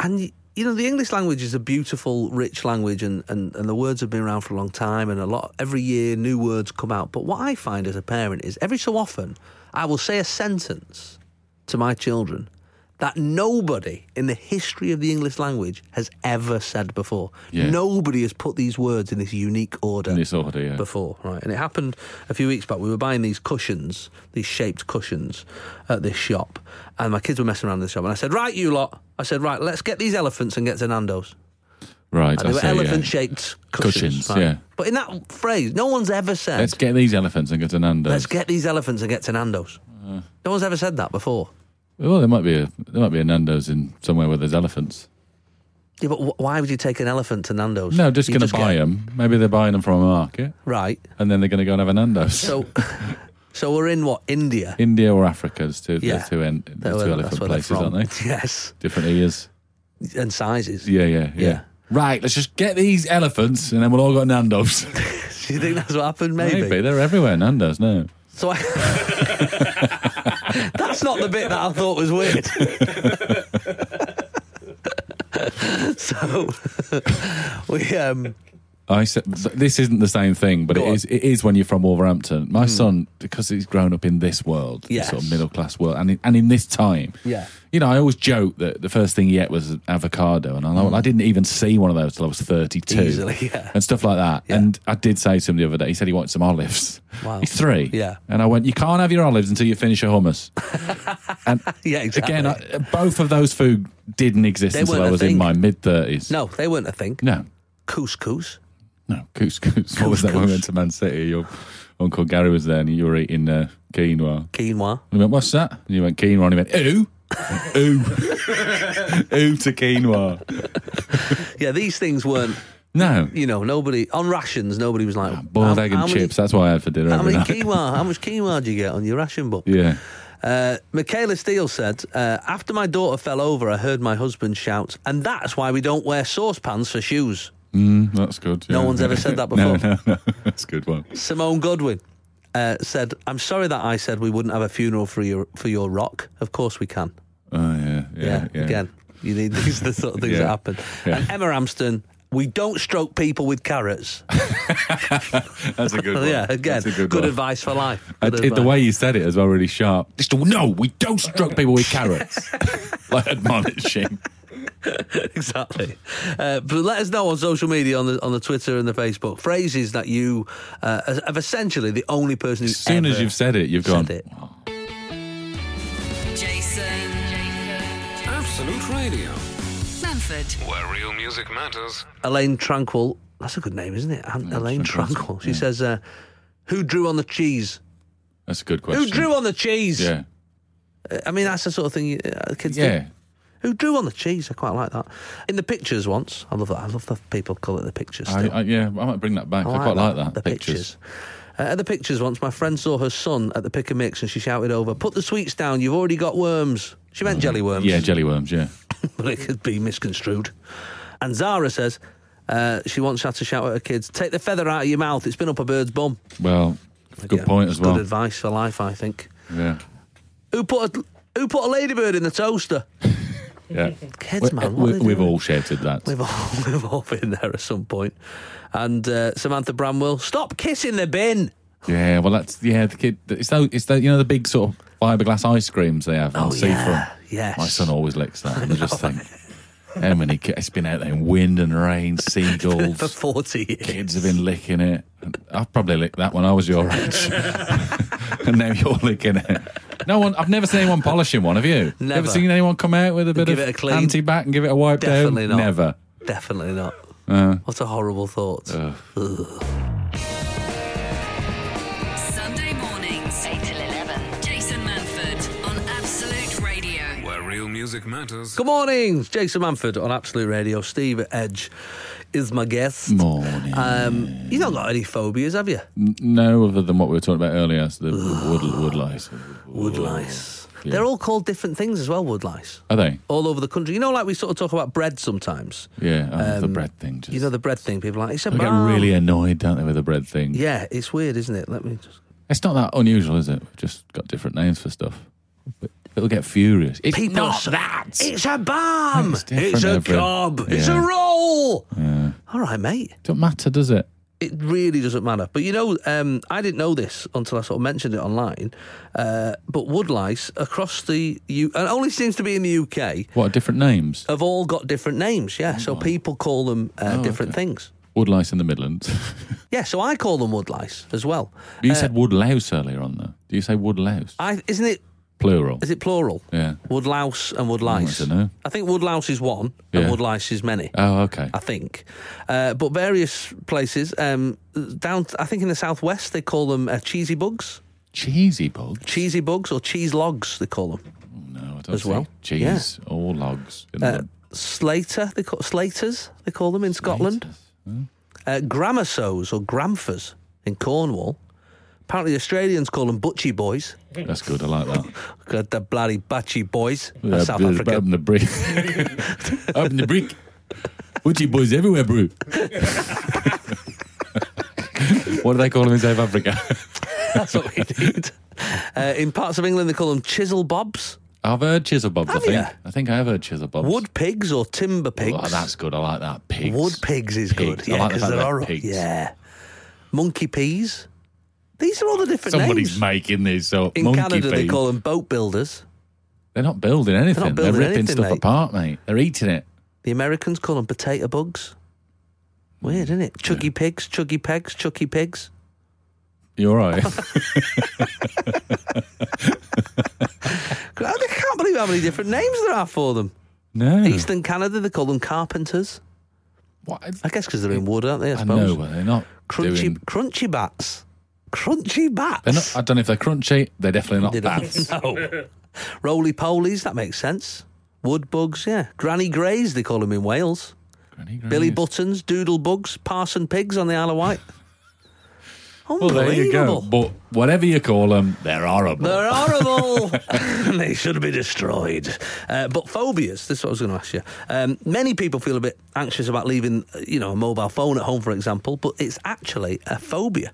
Speaker 3: and you, you know, the English language is a beautiful, rich language, and, and, and the words have been around for a long time, and a lot every year new words come out. But what I find as a parent is every so often I will say a sentence to my children that nobody in the history of the English language has ever said before.
Speaker 4: Yeah.
Speaker 3: Nobody has put these words in this unique order
Speaker 4: In this order, yeah.
Speaker 3: before, right? And it happened a few weeks back. We were buying these cushions, these shaped cushions, at this shop, and my kids were messing around in the shop. And I said, "Right, you lot," I said, "Right, let's get these elephants and get to Nando's."
Speaker 4: Right.
Speaker 3: And they
Speaker 4: I
Speaker 3: were
Speaker 4: say, uh, yeah.
Speaker 3: elephant-shaped cushions,
Speaker 4: Cushions,
Speaker 3: right?
Speaker 4: yeah.
Speaker 3: But in that phrase, no one's ever said,
Speaker 4: Let's get these elephants and go to Nando's.
Speaker 3: "Let's get these elephants and get to Nando's."
Speaker 4: Uh.
Speaker 3: no one's ever said that before.
Speaker 4: well, there might be a there might be a Nando's in somewhere where there's elephants.
Speaker 3: Yeah, but wh- why would you take an elephant to Nando's?
Speaker 4: No, just
Speaker 3: You
Speaker 4: going to buy
Speaker 3: get-
Speaker 4: them. Maybe they're buying them from a market,
Speaker 3: Right.
Speaker 4: and then they're going to go and have a Nando's.
Speaker 3: So, so we're in what India?
Speaker 4: India or Africa, there's two,
Speaker 3: Yeah.
Speaker 4: there's two, en- there's
Speaker 3: That's
Speaker 4: two
Speaker 3: where-
Speaker 4: elephant
Speaker 3: that's where they're
Speaker 4: places, aren't
Speaker 3: from.
Speaker 4: they?
Speaker 3: Yes,
Speaker 4: Different ears.
Speaker 3: and sizes.
Speaker 4: Yeah, yeah, yeah,
Speaker 3: Yeah.
Speaker 4: Right, let's just get these elephants, and then we'll all go to Nando's.
Speaker 3: Do you think that's what happened? Maybe.
Speaker 4: Maybe. they're everywhere. Nando's, no.
Speaker 3: So I, that's not the bit that I thought was weird. so we um
Speaker 4: I said this isn't the same thing, but
Speaker 3: Go
Speaker 4: it
Speaker 3: on. Hmm.
Speaker 4: is. It is when you're from Wolverhampton. My son, because he's grown up in this world, this
Speaker 3: Yes.
Speaker 4: sort of middle class world, and in, and in this time,
Speaker 3: Yeah.
Speaker 4: You know, I always joke that the first thing he ate was an avocado, and I, I didn't even see one of those till I was 32,
Speaker 3: Hmm. Easily, yeah.
Speaker 4: and stuff like that.
Speaker 3: Yeah.
Speaker 4: And I did say to him the other day, he said he wanted some olives.
Speaker 3: Wow.
Speaker 4: He's three,
Speaker 3: Yeah.
Speaker 4: And I went, you can't have your olives until you finish your hummus. and
Speaker 3: yeah exactly.
Speaker 4: again, I, both of those food didn't exist
Speaker 3: They
Speaker 4: until
Speaker 3: weren't
Speaker 4: I
Speaker 3: a
Speaker 4: was in
Speaker 3: thing.
Speaker 4: my mid 30s.
Speaker 3: no, they weren't a thing.
Speaker 4: no.
Speaker 3: Couscous.
Speaker 4: No, couscous. What was that when we went to Man City? Your uncle Gary was there and you were eating uh, quinoa. And
Speaker 3: Quinoa.
Speaker 4: he went, what's that? And you went, quinoa. And he went, ooh. ooh. ooh to quinoa.
Speaker 3: Yeah, these things weren't.
Speaker 4: No.
Speaker 3: You know, nobody on rations. Nobody was like
Speaker 4: Ah, Boiled
Speaker 3: "How-
Speaker 4: egg and
Speaker 3: how many-
Speaker 4: chips. That's what I had for dinner
Speaker 3: How
Speaker 4: every
Speaker 3: many
Speaker 4: night.
Speaker 3: quinoa? How much quinoa do you get on your ration book?
Speaker 4: Yeah.
Speaker 3: Uh, Michaela Steele said, uh, After my daughter fell over, I heard my husband shout, and that's why we don't wear saucepans for shoes.
Speaker 4: Mm, that's good.
Speaker 3: No
Speaker 4: yeah.
Speaker 3: one's ever said that
Speaker 4: no,
Speaker 3: before.
Speaker 4: no, no. That's a good one.
Speaker 3: Simone Godwin uh, said, I'm sorry that I said we wouldn't have a funeral for your, for your rock. Of course we can.
Speaker 4: Oh, yeah. Yeah.
Speaker 3: Yeah,
Speaker 4: yeah,
Speaker 3: again, you need, these are the sort of things
Speaker 4: Yeah.
Speaker 3: that happen.
Speaker 4: Yeah.
Speaker 3: And Emma Amston, we don't stroke people with carrots.
Speaker 4: That's a good one.
Speaker 3: yeah, again,
Speaker 4: That's a good,
Speaker 3: good
Speaker 4: one.
Speaker 3: advice for life.
Speaker 4: I
Speaker 3: Good
Speaker 4: did the
Speaker 3: advice.
Speaker 4: way you said it as well, really sharp. Just no, we don't stroke people with carrots. like admonishing.
Speaker 3: exactly. Uh, but let us know on social media, on the on the Twitter and the Facebook, phrases that you uh, have essentially the only person who's
Speaker 4: As soon as
Speaker 3: ever
Speaker 4: you've said it, you've
Speaker 3: said
Speaker 4: gone. "Oh,
Speaker 3: it.
Speaker 1: Jason.
Speaker 2: Absolute Radio,
Speaker 1: Manford.
Speaker 2: where real music matters.
Speaker 3: Elaine Tranquil. That's a good name, isn't it? Elaine, Tranquil.
Speaker 4: Tranquil.
Speaker 3: She says, uh, "Who drew on the cheese?
Speaker 4: That's a good question.
Speaker 3: Who drew on the cheese?
Speaker 4: Yeah.
Speaker 3: I mean, that's the sort of thing uh, kids do.
Speaker 4: Yeah.
Speaker 3: Who drew on the cheese? I quite like that. In the pictures once, I love that. I love the people call it the pictures.
Speaker 4: I,
Speaker 3: still.
Speaker 4: I, yeah, I might bring that back. I, quite like that.
Speaker 3: The pictures. Uh, at the pictures once, my friend saw her son at the pick and mix and she shouted over, Put the sweets down, you've already got worms. She meant jelly worms,
Speaker 4: Mm. Yeah, jelly worms, yeah.
Speaker 3: but it could be misconstrued. And Zara says uh, she once had to shout at her kids, Take the feather out of your mouth, it's been up a bird's bum.
Speaker 4: Well, good
Speaker 3: Yeah,
Speaker 4: point
Speaker 3: it's
Speaker 4: as well.
Speaker 3: Good advice for life, I think.
Speaker 4: Yeah.
Speaker 3: Who put a, who put a ladybird in the toaster?
Speaker 4: Yeah.
Speaker 3: Kids,
Speaker 4: We-
Speaker 3: man. What
Speaker 4: we,
Speaker 3: are they
Speaker 4: we've
Speaker 3: doing?
Speaker 4: all shouted that.
Speaker 3: We've all, we've all been there at some point. And uh, Samantha Bramwell, stop kissing the bin.
Speaker 4: Yeah, well, that's, yeah, the kid, it's those, it's those, you know, the big sort of fiberglass ice creams they have on
Speaker 3: Oh,
Speaker 4: seafront.
Speaker 3: yeah. Yes.
Speaker 4: My son always licks that. And I just think, how many kids, it's been out there in wind and rain,
Speaker 3: For
Speaker 4: seagulls.
Speaker 3: 40 years.
Speaker 4: Kids have been licking it. I've probably licked that when I was your age. and now you're licking it. No one, I've never seen anyone polishing one, have you?
Speaker 3: Never.
Speaker 4: Ever seen anyone come out with a bit
Speaker 3: Give
Speaker 4: of
Speaker 3: it a clean?
Speaker 4: anti-back and give it a wipe
Speaker 3: Definitely
Speaker 4: down?
Speaker 3: not.
Speaker 4: Never.
Speaker 3: Definitely not. what a horrible thought.
Speaker 1: Sunday mornings, 8 till 11. Jason Manford on Absolute Radio.
Speaker 2: Where real music matters.
Speaker 3: Good morning, Jason Manford on Absolute Radio. Steve Edge is my guest.
Speaker 4: Morning.
Speaker 3: Um, you've not got any phobias, have you?
Speaker 4: no other than what we were talking about earlier, so the wood, wood lice.
Speaker 3: Wood lice.
Speaker 4: Yeah.
Speaker 3: They're all called different things as well, wood lice.
Speaker 4: Are they?
Speaker 3: All over the country. You know, like we sort of talk about bread sometimes.
Speaker 4: Yeah, oh, the bread thing. Just,
Speaker 3: Um, You know, the bread thing, people are like, it's a
Speaker 4: they get
Speaker 3: barm.
Speaker 4: really annoyed, don't they, with the bread thing?
Speaker 3: Yeah, it's weird, isn't it? Let me just.
Speaker 4: It's not that unusual, is it? We've just got different names for stuff. But People get furious. It's
Speaker 3: People
Speaker 4: not
Speaker 3: s-
Speaker 4: that.
Speaker 3: It's a balm.
Speaker 4: It's
Speaker 3: It's,
Speaker 4: different
Speaker 3: a
Speaker 4: every-
Speaker 3: job. It's
Speaker 4: Yeah.
Speaker 3: a roll. All right, mate.
Speaker 4: don't matter, does it?
Speaker 3: It really doesn't matter. But you know, um, I didn't know this until I sort of mentioned it online. Uh, but woodlice across the U and it only seems to be in the UK
Speaker 4: What are different names?
Speaker 3: have all got different names. Yeah,
Speaker 4: Oh,
Speaker 3: so people call them uh, different things.
Speaker 4: Woodlice in the Midlands.
Speaker 3: Yeah, so I call them woodlice as well.
Speaker 4: you said woodlouse earlier on, though. Do you say woodlouse?
Speaker 3: I isn't it
Speaker 4: Plural.
Speaker 3: Uh, is it plural?
Speaker 4: Yeah. Oh,
Speaker 3: Woodlouse and woodlice.
Speaker 4: I dunno.
Speaker 3: I think woodlouse is one
Speaker 4: Yeah.
Speaker 3: and woodlice is many.
Speaker 4: Oh, okay.
Speaker 3: I think. Uh, but various places um, down, I think in the southwest they call them uh, cheesy bugs,
Speaker 4: Cheesy bug.
Speaker 3: cheesy bugs or cheese logs they call them.
Speaker 4: No, I don't
Speaker 3: As
Speaker 4: think-
Speaker 3: well.
Speaker 4: Cheese or logs. in
Speaker 3: Uh,
Speaker 4: the-
Speaker 3: Slater, they call Slaters, they call them in Scotland. Uh, Gramersos or Gramphers in Cornwall. Apparently, the Australians call them butchie boys.
Speaker 4: That's good. I like that.
Speaker 3: God, the bloody butchie boys.
Speaker 4: Uh,
Speaker 3: That's South
Speaker 4: uh,
Speaker 3: Africa.
Speaker 4: Up in the brick. up in the brick. Woodie boys everywhere, bro. what do they call them in South Africa?
Speaker 3: That's what we need. Uh, in parts of England, they call them chisel bobs,
Speaker 4: I've heard chiselbobs, I
Speaker 3: Have
Speaker 4: think.
Speaker 3: ya?
Speaker 4: I think I have heard chiselbobs.
Speaker 3: wood pigs, or timber pigs.
Speaker 4: Oh, that's good. I like that. Pigs.
Speaker 3: Wood pigs is
Speaker 4: Pigs.
Speaker 3: good.
Speaker 4: I
Speaker 3: Yeah,
Speaker 4: like the
Speaker 3: because
Speaker 4: fact
Speaker 3: there
Speaker 4: that
Speaker 3: are
Speaker 4: pigs.
Speaker 3: yeah. Monkey peas. These are all the different
Speaker 4: Somebody's
Speaker 3: names.
Speaker 4: making this up.
Speaker 3: In
Speaker 4: Monkey
Speaker 3: Canada, they
Speaker 4: pig.
Speaker 3: call them boat builders.
Speaker 4: They're not building anything. They're,
Speaker 3: building
Speaker 4: ripping
Speaker 3: anything,
Speaker 4: stuff
Speaker 3: mate.
Speaker 4: apart, mate. They're eating it.
Speaker 3: The Americans call them potato bugs. Weird, isn't it? Chuggy pigs, chuggy pegs, chucky pigs.
Speaker 4: You're right.
Speaker 3: I can't believe how many different names there are for them.
Speaker 4: no.
Speaker 3: Eastern Canada, they call them carpenters.
Speaker 4: What?
Speaker 3: I guess because they're in wood, aren't they? I
Speaker 4: I
Speaker 3: suppose.
Speaker 4: know, but they're not
Speaker 3: crunchy,
Speaker 4: doing.
Speaker 3: crunchy bats. Crunchy bats.
Speaker 4: They're not, I don't know if they're crunchy. They're definitely not
Speaker 3: They don't-
Speaker 4: bats.
Speaker 3: No. Roly polies, that makes sense. Wood bugs, yeah. Granny greys, they call them in Wales.
Speaker 4: Granny Grace.
Speaker 3: Billy Buttons, Doodle Bugs, Parson Pigs on the Isle of Wight.
Speaker 4: Well,
Speaker 3: Unbelievable.
Speaker 4: there you go. But whatever you call them, they're horrible.
Speaker 3: They're horrible. they should be destroyed. Uh, but phobias, this is what I was going to ask you. Um, many people feel a bit anxious about leaving, uh, you know, a mobile phone at home, for example, but it's actually a phobia.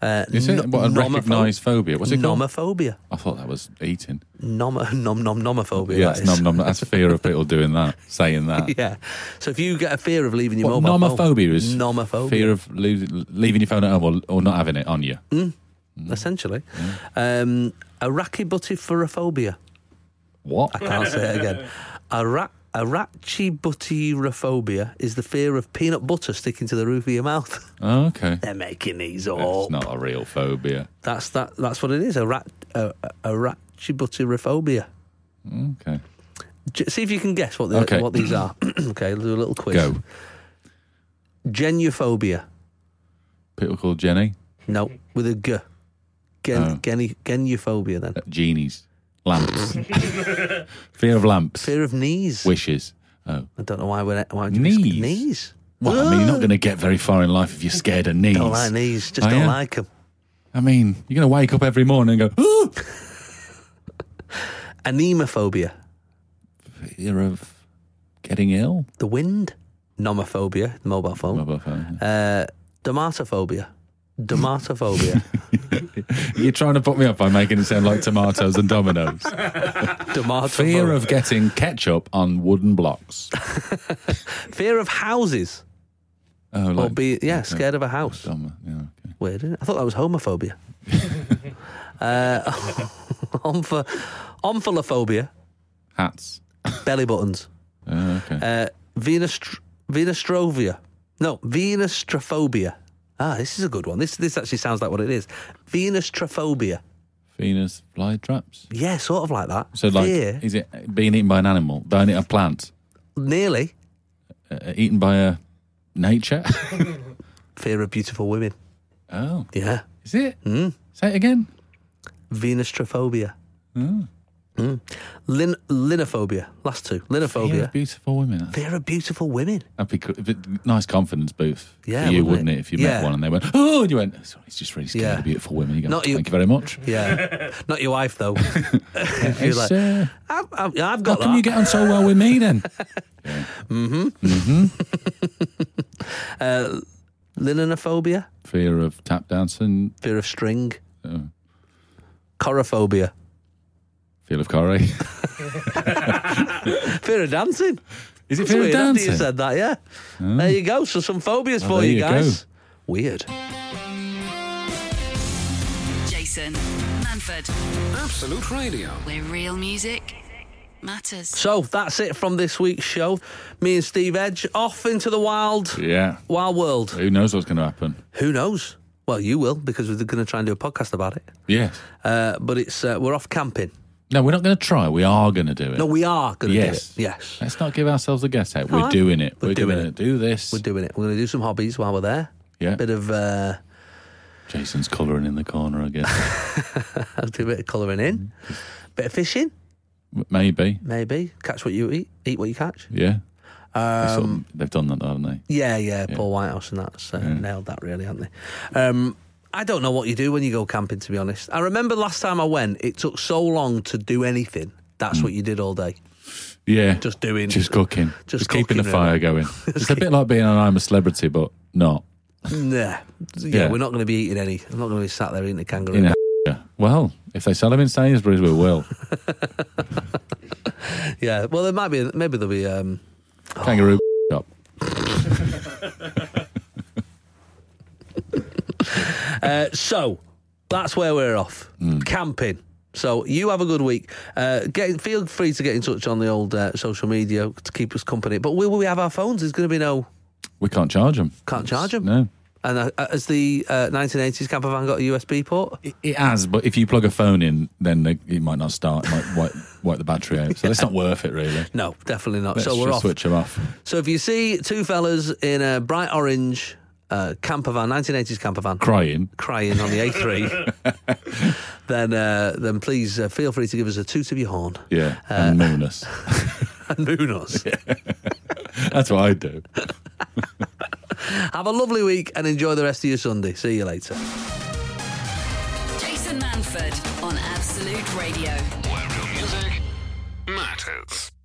Speaker 3: Uh,
Speaker 4: Is it?
Speaker 3: no-
Speaker 4: What, a
Speaker 3: nomopho-
Speaker 4: recognised phobia? What's it called?
Speaker 3: Nomophobia.
Speaker 4: I thought that was eating.
Speaker 3: Nom, nom, nom, nomophobia.
Speaker 4: Yeah,
Speaker 3: that
Speaker 4: that's,
Speaker 3: is.
Speaker 4: nom, nom, that's fear of people doing that, saying that.
Speaker 3: Yeah. So if you get a fear of leaving your
Speaker 4: What,
Speaker 3: mobile
Speaker 4: nomophobia
Speaker 3: phone,
Speaker 4: is
Speaker 3: nomophobia,
Speaker 4: fear of losing, leaving your phone at home or, or not having it on you.
Speaker 3: essentially, um, arachibutyphophobia.
Speaker 4: What?
Speaker 3: I can't say it again. Ara- arachibutyrophobia is the fear of peanut butter sticking to the roof of your mouth.
Speaker 4: Oh, okay.
Speaker 3: They're making these
Speaker 4: It's
Speaker 3: up.
Speaker 4: not a real phobia.
Speaker 3: That's that. That's what it is. Ara- uh, arachibutyrophobia.
Speaker 4: Okay.
Speaker 3: J- see if you can guess what the,
Speaker 4: Okay.
Speaker 3: what these are. okay, we'll do a little quiz.
Speaker 4: Go.
Speaker 3: Genuphobia.
Speaker 4: People call Jenny
Speaker 3: No, with a g. Gen,
Speaker 4: Oh. Uh,
Speaker 3: geni- genuphobia then.
Speaker 4: genies, lamps, fear of lamps,
Speaker 3: Fear of knees.
Speaker 4: wishes. Oh,
Speaker 3: I don't know why we're why would you
Speaker 4: Knees?
Speaker 3: risk- knees.
Speaker 4: well, I mean, you're not going to get very far in life if you're scared of knees. Oh,
Speaker 3: Don't like knees. Just
Speaker 4: I
Speaker 3: don't
Speaker 4: am.
Speaker 3: like them.
Speaker 4: I mean, you're going to wake up every morning and go, "Ooh,
Speaker 3: Anemophobia.
Speaker 4: fear of getting ill."
Speaker 3: The wind. Nomophobia. The mobile phone.
Speaker 4: Mobile phone.
Speaker 3: Uh, dermatophobia. Dermatophobia.
Speaker 4: You're trying to put me off by making it sound like tomatoes and dominoes.
Speaker 3: Dermatophobia.
Speaker 4: Fear of getting ketchup on wooden blocks.
Speaker 3: fear of houses.
Speaker 4: Oh,
Speaker 3: Or
Speaker 4: like,
Speaker 3: be yeah, scared of a house.
Speaker 4: Dumb, yeah, okay.
Speaker 3: Weird, isn't it? I thought that was homophobia. uh, omph- omphalophobia.
Speaker 4: Hats.
Speaker 3: Belly buttons.
Speaker 4: Oh, okay.
Speaker 3: Uh, Venus Venustrovia. No, Venustrophobia. Ah, this is a good one. This this actually sounds like what it is. Venustrophobia.
Speaker 4: Venus flytraps.
Speaker 3: Yeah, sort of like that.
Speaker 4: So, like,
Speaker 3: Fear,
Speaker 4: is it being eaten by an animal? Being eaten a plant?
Speaker 3: nearly
Speaker 4: Uh, eaten by a nature?
Speaker 3: fear of beautiful women.
Speaker 4: oh,
Speaker 3: Yeah,
Speaker 4: is it?
Speaker 3: Hmm.
Speaker 4: Say it again.
Speaker 3: Venustrophobia.
Speaker 4: Hmm.
Speaker 3: Mm. Lin- linophobia. Last two. Linophobia.
Speaker 4: Fear of beautiful women. That's-
Speaker 3: Fear of beautiful women.
Speaker 4: That'd be good. But nice confidence boost for
Speaker 3: Yeah,
Speaker 4: you,
Speaker 3: wouldn't
Speaker 4: wouldn't it?
Speaker 3: it?
Speaker 4: If you met
Speaker 3: Yeah.
Speaker 4: one and they went, oh, and you went, sorry, it's just really scared
Speaker 3: Yeah.
Speaker 4: of beautiful women. You go,
Speaker 3: Not you-
Speaker 4: thank you very much.
Speaker 3: Yeah, not your wife though. If you're
Speaker 4: It's,
Speaker 3: like,
Speaker 4: uh,
Speaker 3: I've, I've, I've
Speaker 4: how
Speaker 3: got
Speaker 4: come
Speaker 3: that.
Speaker 4: you get on so well with me then?
Speaker 3: Linophobia.
Speaker 4: Fear of tap dancing,
Speaker 3: Fear of string.
Speaker 4: Oh.
Speaker 3: Chorophobia.
Speaker 4: Feel of Corey.
Speaker 3: Fear of dancing.
Speaker 4: Is it
Speaker 3: That's
Speaker 4: fear of
Speaker 3: weird, after You
Speaker 4: dancing?
Speaker 3: said that, yeah. There you go. So some phobias for
Speaker 4: there
Speaker 3: you
Speaker 4: you go.
Speaker 3: guys. Weird.
Speaker 1: Jason Manford,
Speaker 2: Absolute Radio.
Speaker 1: where real music matters.
Speaker 3: So that's it from this week's show. Me and Steve Edge off into the wild,
Speaker 4: yeah.
Speaker 3: wild world.
Speaker 4: Who knows what's going to happen?
Speaker 3: Who knows? Well, you will because we're going to try and do a podcast about it.
Speaker 4: Yeah.
Speaker 3: Uh, but it's uh, we're off camping.
Speaker 4: No, we're not going to try. We are going to do it.
Speaker 3: No, we are going to
Speaker 4: Yes.
Speaker 3: do it. Yes,
Speaker 4: Let's not give ourselves a guess out.
Speaker 3: All
Speaker 4: We're
Speaker 3: right.
Speaker 4: doing it.
Speaker 3: We're
Speaker 4: We're,
Speaker 3: doing
Speaker 4: going to do this.
Speaker 3: we're doing it. We're going to do some hobbies while we're there.
Speaker 4: Yeah.
Speaker 3: Bit of uh,
Speaker 4: Jason's colouring in the corner again.
Speaker 3: I'll do a bit of colouring in,
Speaker 4: Mm-hmm.
Speaker 3: bit of fishing,
Speaker 4: Maybe.
Speaker 3: maybe catch what you eat, eat what you catch.
Speaker 4: Yeah. They sort
Speaker 3: Um,
Speaker 4: of- they've done that, haven't they?
Speaker 3: Yeah, yeah, Paul Whitehouse and that's uh, nailed that really, haven't they? Um, I don't know what you do when you go camping, to be honest. I remember last time I went, it took so long to do anything. That's what you did all day,
Speaker 4: Yeah.
Speaker 3: just doing,
Speaker 4: Mm. Just cooking.
Speaker 3: Just
Speaker 4: Just, keeping
Speaker 3: cooking,
Speaker 4: the fire
Speaker 3: really.
Speaker 4: going. It's a bit like being on I'm a Celebrity, but not.
Speaker 3: Nah. Yeah,
Speaker 4: Yeah.
Speaker 3: we're not going to be eating any. I'm not going to be sat there eating a kangaroo.
Speaker 4: In a well, if they sell them in Sainsbury's, we will.
Speaker 3: Yeah, well, there might be. Maybe there'll be. Um,
Speaker 4: Kangaroo shop.
Speaker 3: uh, so that's where we're off
Speaker 4: Mm.
Speaker 3: camping. So you have a good week. Uh, get, feel free to get in touch on the old uh, social media to keep us company. But will we have our phones? There's going to be no.
Speaker 4: We can't charge them.
Speaker 3: Can't charge 'em.
Speaker 4: No.
Speaker 3: And uh, has the uh, 1980s camper van got a USB port?
Speaker 4: It, it has, but if you plug a phone in, then they, it might not start. It might wipe, wipe the battery out. So it's not worth it, really.
Speaker 3: No, definitely not.
Speaker 4: Let's
Speaker 3: so we're
Speaker 4: just
Speaker 3: off.
Speaker 4: switch them off.
Speaker 3: So if you see two fellas in a bright orange uh, camper van, 1980s camper van,
Speaker 4: Crying.
Speaker 3: crying on the A3, then uh, then please uh, feel free to give us a toot of your horn
Speaker 4: Yeah. And moon us.
Speaker 3: and moon us.
Speaker 4: That's what I do.
Speaker 3: Have a lovely week and enjoy the rest of your Sunday. See you later.
Speaker 1: Jason Manford on Absolute Radio.
Speaker 2: Where real music matters.